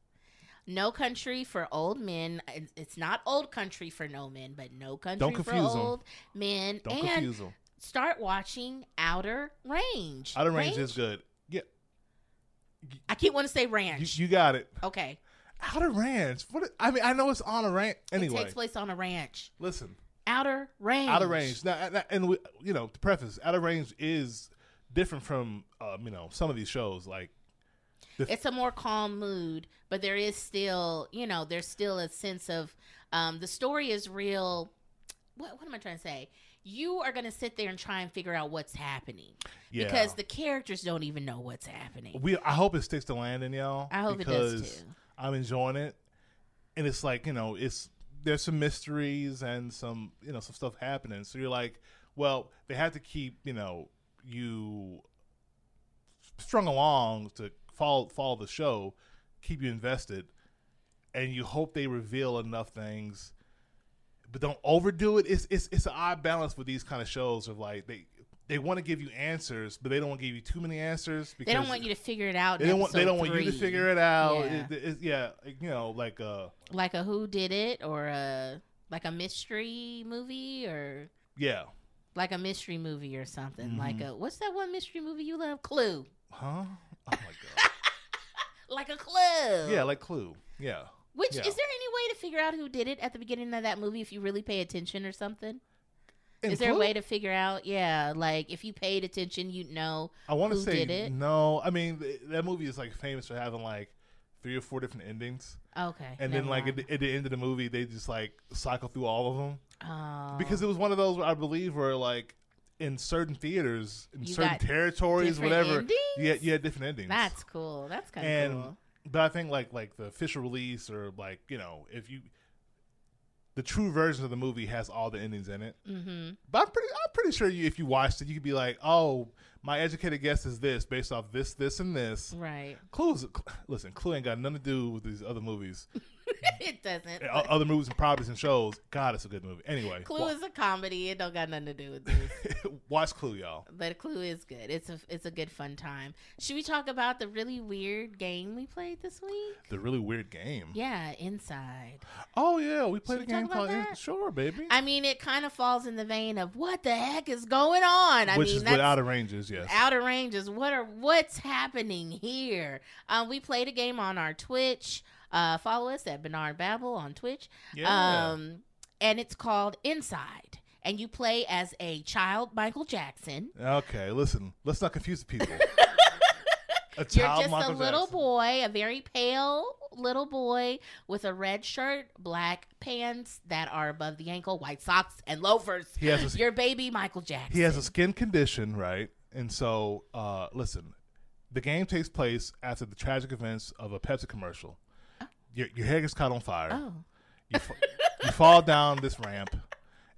S1: No Country for Old Men. It- It's not Old Country for No Men, but No Country
S2: Don't
S1: for
S2: confuse 'em.
S1: Old Men.
S2: Don't
S1: and
S2: confuse them.
S1: start watching Outer Range.
S2: Outer Range is good. Yeah.
S1: I keep want to say
S2: You,
S1: ranch.
S2: you got it.
S1: okay.
S2: Outer Range. What? I mean, I know it's on a ranch.
S1: It
S2: Anyway,
S1: takes place on a ranch.
S2: listen.
S1: Outer Range.
S2: Out of range. Now, now- and we, you know, to preface, out of range is different from um, you know some of these shows. Like
S1: It's a more calm mood, but there is still, you know, there's still a sense of um, the story is real. What, what am I trying to say? You are going to sit there and try and figure out what's happening.
S2: yeah,
S1: because the characters don't even know what's happening.
S2: we. I hope it sticks to landing, y'all.
S1: I hope it does too.
S2: I'm enjoying it, and it's like you know, it's there's some mysteries and some you know some stuff happening. So you're like, well, they have to keep you know you strung along to follow follow the show, keep you invested, and you hope they reveal enough things, but don't overdo it. It's it's it's an odd balance with these kind of shows of like they. They want to give you answers, but they don't want to give you too many answers
S1: They
S2: because
S1: don't want you to figure it out.
S2: they don't want they don't want you to figure it out.
S1: Yeah.
S2: It- it- yeah, you know, like uh,
S1: like a who did it or a like a mystery movie or
S2: yeah,
S1: like a mystery movie or something.
S2: Mhm.
S1: Like a what's that one mystery movie you love? Clue.
S2: huh? Oh my god,
S1: Like a clue.
S2: yeah, like Clue, yeah.
S1: Which
S2: yeah.
S1: is there any way to figure out who did it at the beginning of that movie if you really pay attention or something?
S2: And
S1: is there a
S2: Clue,
S1: way to figure out? Yeah, like if you paid attention, you'd know.
S2: I want to
S1: who
S2: say
S1: did it?
S2: no. I mean, th- that movie is like famous for having like three or four different endings,
S1: Okay.
S2: and
S1: never
S2: then like at
S1: mind.
S2: the, at the end of the movie, they just like cycle through all of them
S1: oh.
S2: because it was one of those where I believe where like in certain theaters, in
S1: You
S2: certain
S1: got
S2: territories,
S1: different
S2: whatever,
S1: endings?
S2: yeah, yeah, different endings.
S1: That's cool. That's kind of
S2: and
S1: cool.
S2: but I think like like the official release or like you know if you the true version of the movie has all the endings in it.
S1: Mm-hmm.
S2: But I'm pretty I'm pretty sure you if you watched it you could be like oh my educated guess is this based off this this and this.
S1: Right.
S2: Clues listen Clue ain't got nothing to do with these other movies,
S1: it doesn't.
S2: O- other movies and properties and shows. God, it's a good movie. Anyway,
S1: Clue
S2: wa-
S1: is a comedy. It don't got nothing to do with this.
S2: watch Clue, y'all.
S1: but Clue is good. It's a it's a good fun time. Should we talk about the really weird game we played this week?
S2: The really weird game.
S1: Yeah, Inside.
S2: Oh yeah, we played
S1: Should
S2: a
S1: we talk
S2: game
S1: about
S2: called
S1: that?
S2: Sure, baby.
S1: I mean, it kind of falls in the vein of what the heck is going on. I
S2: Which
S1: mean,
S2: is
S1: that's
S2: without a ranges, yes.
S1: outer ranges. What are what's happening here? Um, we played a game on our Twitch. Uh, follow us at Bernard Babel on Twitch.
S2: yeah.
S1: Um, and it's called Inside. And you play as a child Michael Jackson.
S2: Okay, listen. Let's not confuse the people. a
S1: You're just a
S2: Michael
S1: little
S2: Jackson.
S1: boy, a very pale little boy with a red shirt, black pants that are above the ankle, white socks, and loafers.
S2: He has a
S1: Your baby Michael Jackson.
S2: he has a skin condition, right? And so, uh, listen. The game takes place after the tragic events of a Pepsi commercial. Your, your hair gets caught on fire.
S1: Oh.
S2: You, fa- you fall down this ramp,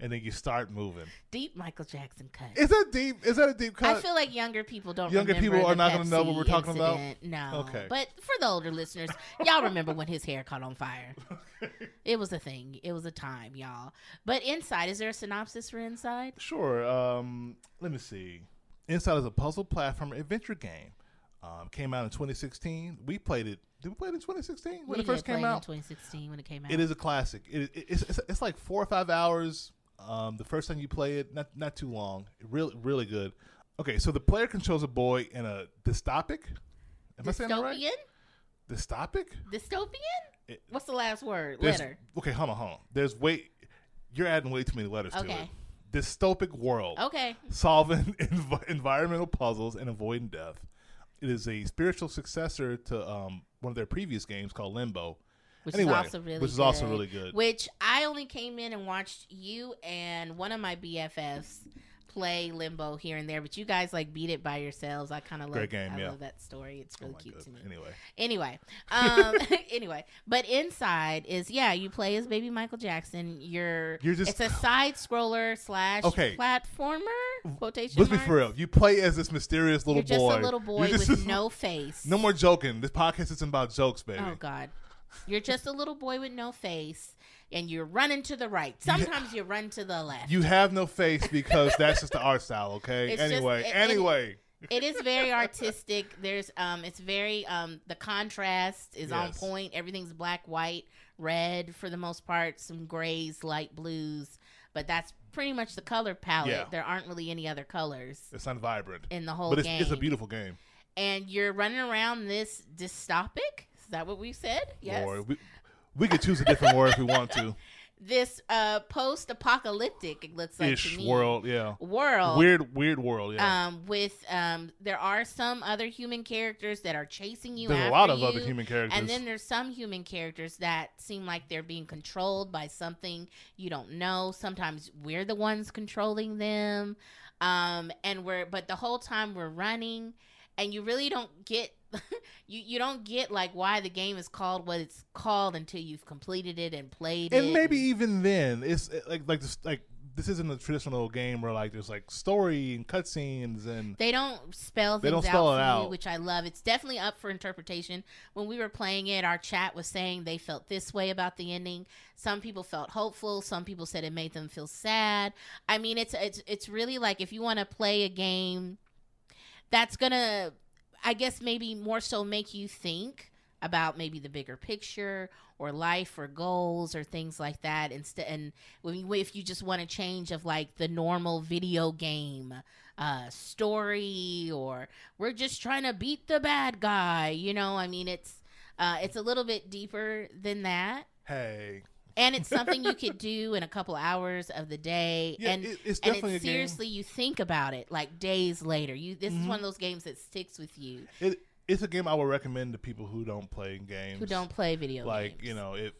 S2: and then you start moving.
S1: Deep Michael Jackson cut.
S2: Is that deep? Is that a deep cut?
S1: I feel like younger people don't.
S2: Younger
S1: remember
S2: people
S1: the
S2: are not gonna know what
S1: Pepsi
S2: we're talking about?
S1: incident. No.
S2: Okay.
S1: But for the older listeners, y'all remember when his hair caught on fire? It was a thing. It was a time, y'all. But inside, is there a synopsis for inside?
S2: Sure. Um, let me see. Inside is a puzzle platform adventure game. Um, came out in 2016. We played it. Did we play it in 2016 when
S1: We
S2: it first
S1: did play
S2: came
S1: it
S2: out?
S1: in 2016 when it came out.
S2: It is a classic. It, it, it's, it's, it's like four or five hours. Um, the first time you play it, not not too long. Really, really good. Okay, so the player controls a boy in a dystopic. Am I saying that right?
S1: dystopian.
S2: Dystopic.
S1: Dystopian.
S2: It-
S1: What's the last word?
S2: There's-
S1: Letter.
S2: Okay, hold on, hold on. There's way. You're adding way too many letters to it.
S1: Okay. Oh,
S2: Dystopic world.
S1: Okay.
S2: solving env- environmental puzzles and avoiding death. It is a spiritual successor to um, one of their previous games called Limbo.
S1: Which
S2: Anyway,
S1: is also really
S2: which
S1: good.
S2: is also really good.
S1: Which I only came in and watched you and one of my BFFs play Limbo here and there, but you guys like beat it by yourselves. I kind of love.
S2: Great game,
S1: I
S2: yeah.
S1: love that story. It's really
S2: Oh my
S1: cute to me.
S2: goodness. Anyway,
S1: Anyway, um, anyway, but inside is yeah, you play as baby Michael Jackson. You're
S2: You're just-
S1: it's a side scroller slash
S2: Okay.
S1: platformer quotation.
S2: let's be
S1: marks.
S2: for real. You play as this mysterious little
S1: You're just
S2: boy.
S1: a little boy
S2: You're just-
S1: with no face.
S2: no more joking. This podcast isn't about jokes, baby.
S1: Oh God. You're just a little boy with no face, and you're running to the right. Sometimes you run to the left.
S2: You have no face because that's just the art style, okay?
S1: It's just-
S2: anyway,
S1: it- it-
S2: anyway,
S1: it is very artistic. There's um, it's very um, the contrast is on
S2: Yes.
S1: point. Everything's black, white, red for the most part. Some grays, light blues, but that's pretty much the color palette.
S2: Yeah.
S1: There aren't really any other colors
S2: it's not vibrant,
S1: in the whole
S2: but it's,
S1: game.
S2: it's a beautiful game.
S1: and you're running around this dystopic. Is that what we said? Yes.
S2: Or we, we could choose a different word if we want to.
S1: This uh, post-apocalyptic. It looks like
S2: Ish
S1: to me,
S2: world, yeah.
S1: World.
S2: Weird, weird world, yeah.
S1: um, with um, there are some other human characters that are chasing you.
S2: There's a
S1: after
S2: lot of other
S1: you,
S2: human characters.
S1: And then there's some human characters that seem like they're being controlled by something you don't know. Sometimes we're the ones controlling them. Um, and we're but the whole time we're running and you really don't get you, you don't get like why the game is called what it's called until you've completed it and played it.
S2: and maybe even then, it's uh, like like this like this isn't a traditional game where like there's like story and cutscenes and
S1: They don't spell things
S2: They don't
S1: out,
S2: spell it
S1: for you,
S2: out.
S1: which I love. It's definitely up for interpretation. When we were playing it, our chat was saying they felt this way about the ending. Some people felt hopeful. Some people said it made them feel sad. I mean, it's it's it's really like if you want to play a game that's gonna, I guess maybe more so make you think about maybe the bigger picture or life or goals or things like that instead and when you, if you just want a change of like the normal video game uh, story or we're just trying to beat the bad guy. You know, I mean, it's uh, it's a little bit deeper than that,
S2: hey,
S1: and it's something you could do in a couple hours of the day.
S2: yeah,
S1: and
S2: it, it's
S1: and
S2: definitely
S1: it's
S2: a game.
S1: seriously, you think about it like days later. You this is
S2: Mhm.
S1: one of those games that sticks with you
S2: It, it's a game I would recommend to people who don't play games.
S1: who don't play video
S2: like
S1: games.
S2: you know if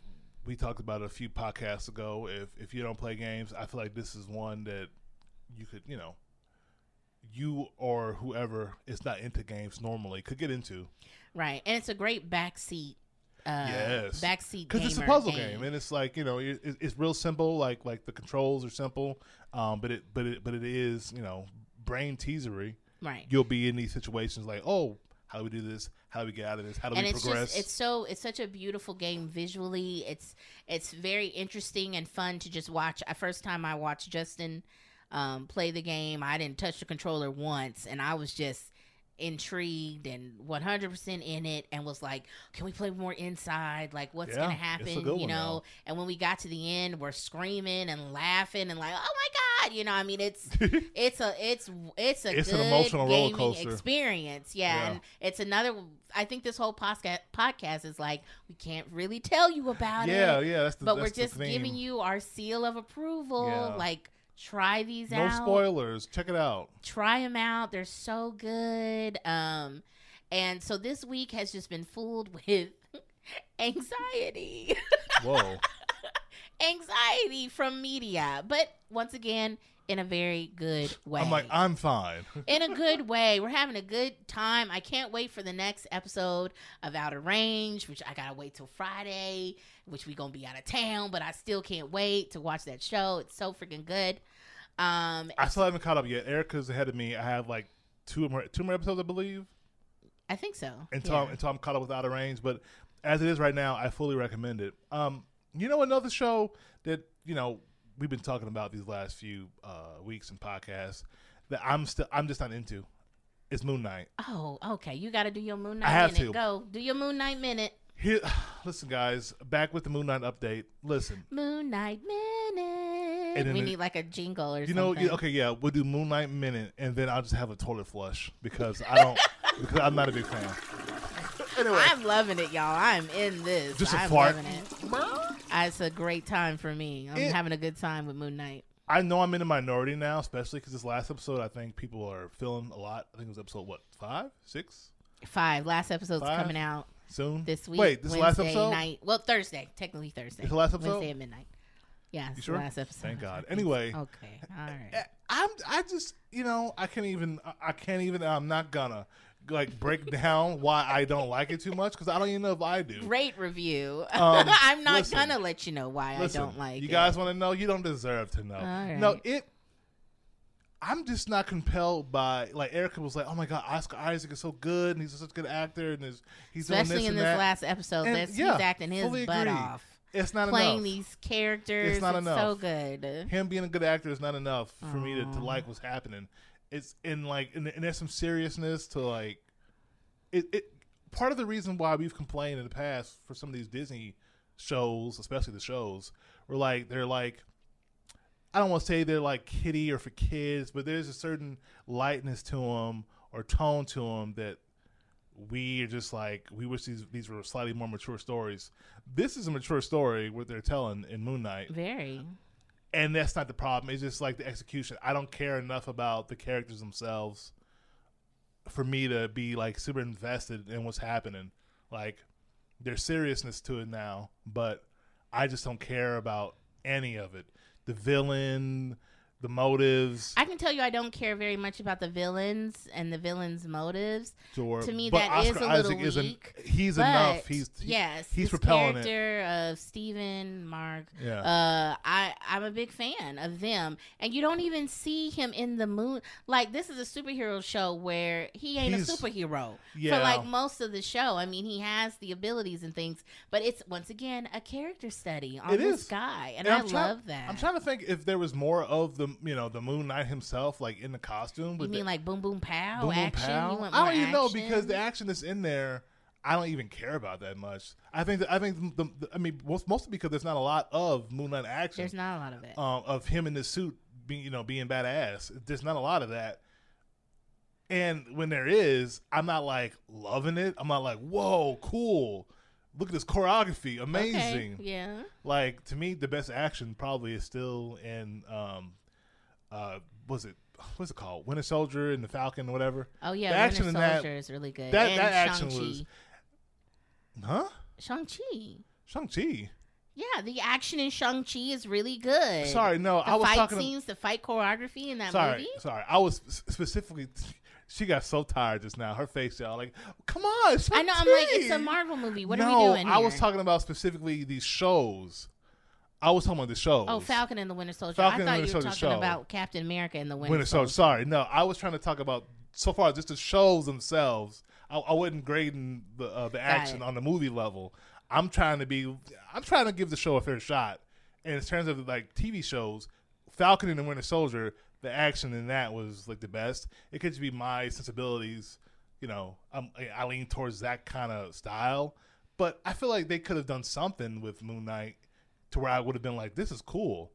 S2: we talked about it a few podcasts ago. If if you don't play games, I feel like this is one that you could you know you or whoever is not into games normally could get into
S1: right? And it's a great backseat. Uh,
S2: Yes.
S1: backseat
S2: because it's a
S1: gamer
S2: puzzle game. and it's like you know it, it- it's real simple like like the controls are simple um but it but it but it is you know brain teasery
S1: right?
S2: you'll be in these situations like oh how do we do this how do we get out of this how do
S1: and
S2: we
S1: it's
S2: progress
S1: just it's so it's such a beautiful game visually it's it's very interesting and fun to just watch Uh, first time i watched justin um, play the game i didn't touch the controller once and i was just intrigued and 100% in it and was like can we play more inside like what's
S2: Yeah,
S1: gonna
S2: it's a
S1: happen
S2: good
S1: you know
S2: one now.
S1: and when we got to the end we're screaming and laughing and like oh my god you know i mean it's it's a it's it's a
S2: It's an
S1: good
S2: emotional roller
S1: gaming
S2: coaster.
S1: experience. Yeah,
S2: Yeah.
S1: and it's another. I think this whole podcast podcast is like we can't really tell you about
S2: yeah
S1: it,
S2: yeah that's the
S1: but we're
S2: that's the
S1: just
S2: theme.
S1: giving you our seal of approval.
S2: Yeah.
S1: Like try these
S2: no
S1: out,
S2: spoilers check it out
S1: try them out. They're so good. Um, and so this week has just been fooled with anxiety
S2: whoa
S1: anxiety from media. But once again, in a very good way.
S2: I'm like, I'm fine.
S1: in a good way. We're having a good time. I can't wait for the next episode of Outer Range, which I gotta wait till Friday, which we gonna be out of town, but I still can't wait to watch that show. It's so freaking good. Um,
S2: I still haven't caught up yet. Erica's ahead of me. I have like two more two more episodes, I believe,
S1: I think so.
S2: until I'm,
S1: Yeah.
S2: until I'm caught up with Out of Range. But as it is right now, I fully recommend it. Um, you know another show that you know we've been talking about these last few uh, weeks and podcasts that I'm still I'm just not into. It's Moon Knight.
S1: Oh, okay. You gotta do your Moon Knight
S2: I have
S1: minute.
S2: to.
S1: Go do your Moon Knight minute.
S2: Here, listen, guys, back with the Moon Knight update. Listen,
S1: Moon Knight minute.
S2: And then
S1: we
S2: it-
S1: need like a jingle or
S2: you know,
S1: something.
S2: you, okay, yeah, we'll do Moon Knight minute, and then I'll just have a toilet flush because I don't because I'm not a big fan. anyway,
S1: I'm loving it, y'all. I'm in this.
S2: Just a
S1: I'm
S2: fart.
S1: loving it. Uh, It's a great time for me. I'm
S2: It-
S1: having a good time with Moon Knight.
S2: I know I'm in a minority now, especially because this last episode, I think people are feeling a lot. I think it was episode what five, six
S1: Five. Last episode's
S2: Five?
S1: coming out
S2: soon.
S1: this week.
S2: Wait, this is
S1: Wednesday
S2: the last episode.
S1: night. Well, Thursday. Technically Thursday.
S2: It's the last episode?
S1: Wednesday at midnight. Yeah, it's the
S2: sure?
S1: last episode. Oh.
S2: Thank God. Anyway, Eh.
S1: Okay. All right.
S2: I- I'm. I just you know I can't even. I- I can't even. I'm not gonna like break down why I don't like it too much because I don't even know if I do.
S1: Great review.
S2: Um,
S1: I'm not
S2: listen.
S1: gonna let you know why
S2: Listen,
S1: I don't like
S2: You
S1: it.
S2: guys want to know? You don't deserve to know.
S1: All
S2: No,
S1: right.
S2: it. I'm just not compelled by like Erica was like, oh my god, Oscar Isaac is so good and he's such a good actor and is he's doing
S1: Especially in
S2: this and
S1: this
S2: that.
S1: last episode,
S2: And,
S1: that's
S2: yeah,
S1: he's acting his
S2: fully
S1: butt
S2: agree.
S1: off,
S2: it's not
S1: playing
S2: enough.
S1: these characters.
S2: It's not
S1: so
S2: enough.
S1: good.
S2: Him being a good actor is not enough for me to, to
S1: Aw.
S2: like what's happening. It's in like and, and there's some seriousness to like it, it. Part of the reason why we've complained in the past for some of these Disney shows, especially the shows, were like they're like I don't want to say they're like kiddie or for kids, but there's a certain lightness to them or tone to them that we are just like we wish these these were slightly more mature stories. This is a mature story what they're telling in Moon Knight,
S1: Very.
S2: and that's not the problem. It's just like the execution. I don't care enough about the characters themselves for me to be like super invested in what's happening. Like there's seriousness to it now, but I just don't care about any of it. The villain, the motives,
S1: I can tell you, I don't care very much about the villains and the villains' motives.
S2: or,
S1: to me
S2: but
S1: that is
S2: Oscar
S1: a little
S2: Isaac isn't.
S1: weak,
S2: He's
S1: but
S2: enough. He's he-
S1: yes,
S2: he's
S1: this
S2: propelling it.
S1: character of Stephen Mark.
S2: yeah.
S1: Uh, I I'm a big fan of them, and you don't even see him in the moon. Like this is a superhero show where he ain't a
S2: He's-
S1: superhero
S2: yeah.
S1: for like most of the show. I mean, he has the abilities and things, but it's once again a character study on
S2: It
S1: this
S2: is.
S1: guy, and,
S2: And
S1: I
S2: I'm try-
S1: love that.
S2: I'm trying to think if there was more of the you know the Moon Knight himself like in the costume.
S1: you
S2: But
S1: mean like boom boom pow
S2: Boom Boom
S1: Oh, action?
S2: Pow?
S1: You want
S2: I
S1: more
S2: don't even know because
S1: action?
S2: the action that's in there, I don't even care about that much. I think that, I think the, the- I mean most, mostly because there's not a lot of Moon Knight action
S1: there's not a lot of it.
S2: um, of him in this suit being you know being badass. There's not a lot of that. And when there is, I'm not like loving it. I'm not like, whoa, cool. Look at this choreography,
S1: Okay,
S2: amazing
S1: Yeah.
S2: like to me the best action probably is still in um uh was it what's it called winter soldier and the falcon whatever
S1: Oh yeah,
S2: The
S1: Winter
S2: action in that-
S1: Soldier is really good.
S2: that-
S1: and
S2: that action
S1: Shang-Chi.
S2: was- huh
S1: Shang-Chi.
S2: shang-chi
S1: Yeah, the action in Shang-Chi is really good.
S2: sorry no
S1: The
S2: i was
S1: fight
S2: talking
S1: scenes, the fight choreography in that
S2: sorry
S1: movie.
S2: sorry i was s- specifically she got so tired just now her face y'all like come on
S1: I know, I'm like,
S2: Shang-Chi!"
S1: it's a Marvel movie. What
S2: no,
S1: are we doing
S2: i was
S1: here?
S2: talking about specifically these shows i was talking about the shows
S1: Oh, Falcon and the Winter Soldier. I
S2: Falcon and
S1: thought
S2: Winter
S1: you were
S2: Soldier
S1: talking
S2: show.
S1: about Captain America and the Winter,
S2: Winter, Soldier. Sorry, no, I was trying to talk about so far just the shows themselves. I, I wasn't grading the uh, the action
S1: it.
S2: on the movie level. I'm trying to be, I'm trying to give the show a fair shot. And in terms of like TV shows, Falcon and the Winter Soldier, the action in that was like the best. It could just be my sensibilities, you know. I'm, I- I lean towards that kind of style, but I feel like they could have done something with Moon Knight to where I would have been like, this is cool.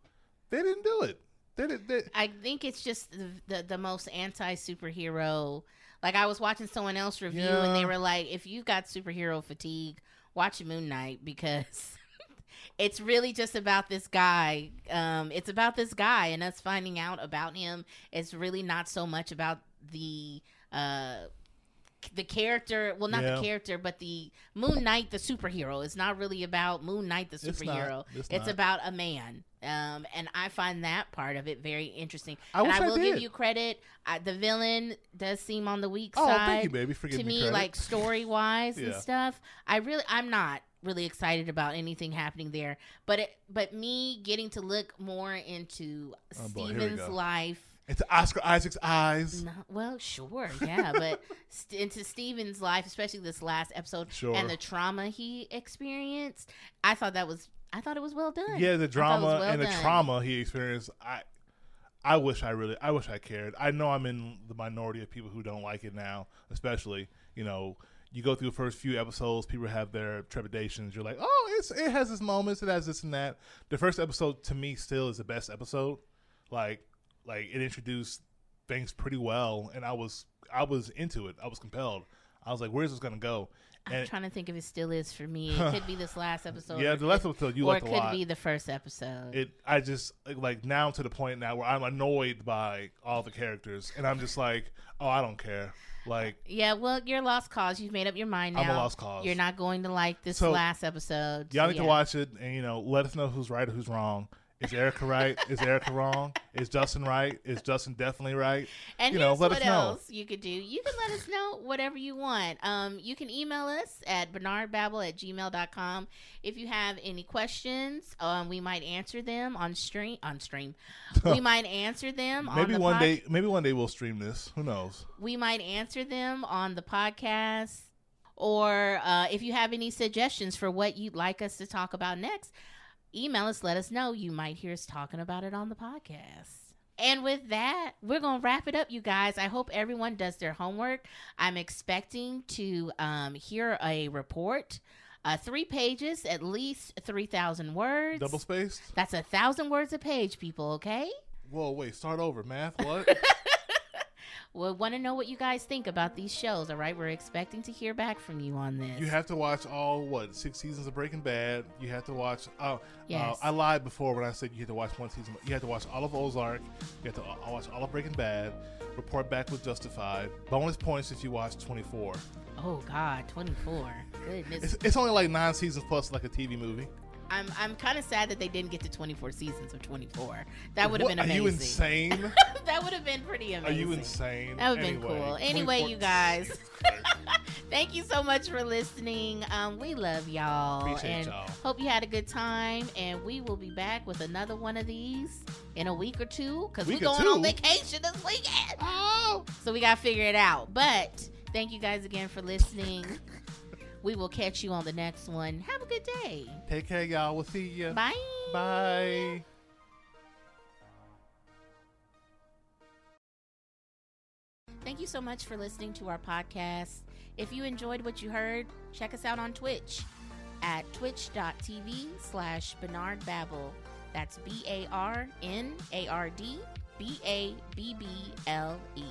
S2: They didn't do it. They did. They,
S1: I think it's just the the, the most anti superhero. Like I was watching someone else review, and they
S2: Yeah.
S1: were like, "If you've got superhero fatigue, watch Moon Knight because it's really just about this guy. Um, it's about this guy and us finding out about him. It's really not so much about the uh the character well not
S2: Yeah.
S1: the character but the moon knight the superhero it's not really about moon knight the
S2: It's not.
S1: superhero
S2: It's not.
S1: about a man um and i find that part of it very interesting
S2: I
S1: and
S2: wish
S1: i
S2: I
S1: will
S2: did.
S1: give you credit I, the villain does seem on the weak
S2: oh,
S1: side
S2: thank you, baby. Forgive
S1: to
S2: me,
S1: me
S2: credit.
S1: like story wise and
S2: Yeah.
S1: stuff i really i'm not really excited about anything happening there but it but me getting to look more into
S2: Oh, boy, here we
S1: steven's
S2: go.
S1: life
S2: It's Oscar Isaac's eyes.
S1: no, well, sure, yeah, but st- into Steven's life, especially this last episode
S2: Sure.
S1: and the trauma he experienced, I thought that was I thought it was well done.
S2: Yeah, the drama
S1: well
S2: and the
S1: done.
S2: trauma he experienced. I, I wish I really, I wish I cared. I know I'm in the minority of people who don't like it now. Especially, you know, you go through the first few episodes, people have their trepidations. You're like, oh, it's it has its moments, it has this and that. The first episode to me still is the best episode. Like, like it introduced things pretty well, and I was I was into it. I was compelled. I was like, where's this gonna go?
S1: I'm
S2: And
S1: trying to think if it still is for me. It could be this last episode.
S2: yeah,
S1: or
S2: the last
S1: it-
S2: episode you
S1: or
S2: liked
S1: it
S2: a
S1: could
S2: lot.
S1: be the first episode.
S2: it i just like now to the point now where i'm annoyed by all the characters and i'm just like oh i don't care like
S1: yeah, well, you're a lost cause. You've made up your mind now.
S2: i'm a lost cause
S1: You're not going to like this
S2: So,
S1: last episode.
S2: y'all
S1: so
S2: need to
S1: yeah.
S2: watch it and you know let us know who's right or who's wrong is erica right is erica wrong is justin right is justin definitely right
S1: And
S2: you know,
S1: here's
S2: let
S1: what
S2: us know.
S1: else you could do. You can let us know whatever you want. Um, you can email us at bernardbabble at gmail.com. If you have any questions, um, we might answer them on stream. On stream. we might answer them on
S2: maybe
S1: the
S2: one
S1: pod-
S2: day maybe one day we'll stream this who knows
S1: We might answer them on the podcast. Or uh, if you have any suggestions for what you'd like us to talk about next, email us. Let us know. You might hear us talking about it on the podcast. And with that, we're going to wrap it up, you guys. I hope everyone does their homework. I'm expecting to um, hear a report, uh, three pages, at least 3,000 words.
S2: double spaced
S1: That's a thousand words a page, people, okay?
S2: whoa wait start over math what
S1: We want to know what you guys think about these shows, all right? We're expecting to hear back from you on this.
S2: You have to watch all what six seasons of Breaking Bad. You have to watch. Oh,
S1: Yes.
S2: uh, I lied before when I said you had to watch one season. You had to watch all of Ozark. You have to uh, watch all of Breaking Bad. Report back with Justified. Bonus points if you watch 24.
S1: oh God, 24. Goodness.
S2: It's, it's only like nine seasons plus like a TV movie.
S1: I'm I'm kind of sad that they didn't get to 24 seasons of 24. That would have
S2: What-
S1: been
S2: Are
S1: amazing.
S2: you insane?
S1: that would have been pretty
S2: Are
S1: amazing.
S2: you insane?
S1: That would've been cool. Anyway,
S2: 24
S1: you guys.
S2: Jesus Christ.
S1: Thank you so much for listening. Um, we love y'all
S2: Appreciate
S1: Oh, and
S2: y'all.
S1: hope you had a good time. And we will be back with another one of these in a week or two because we're
S2: Week or
S1: going on
S2: two?
S1: vacation this weekend. Oh, so we gotta figure it out. But thank you guys again for listening. we will catch you on the next one. Have a good day.
S2: Take care, y'all. We'll see ya.
S1: Bye.
S2: Bye.
S1: Thank you so much for listening to our podcast. If you enjoyed what you heard, check us out on Twitch at twitch.tv slash Bernard Babble. That's B A R N A R D B A B B L E.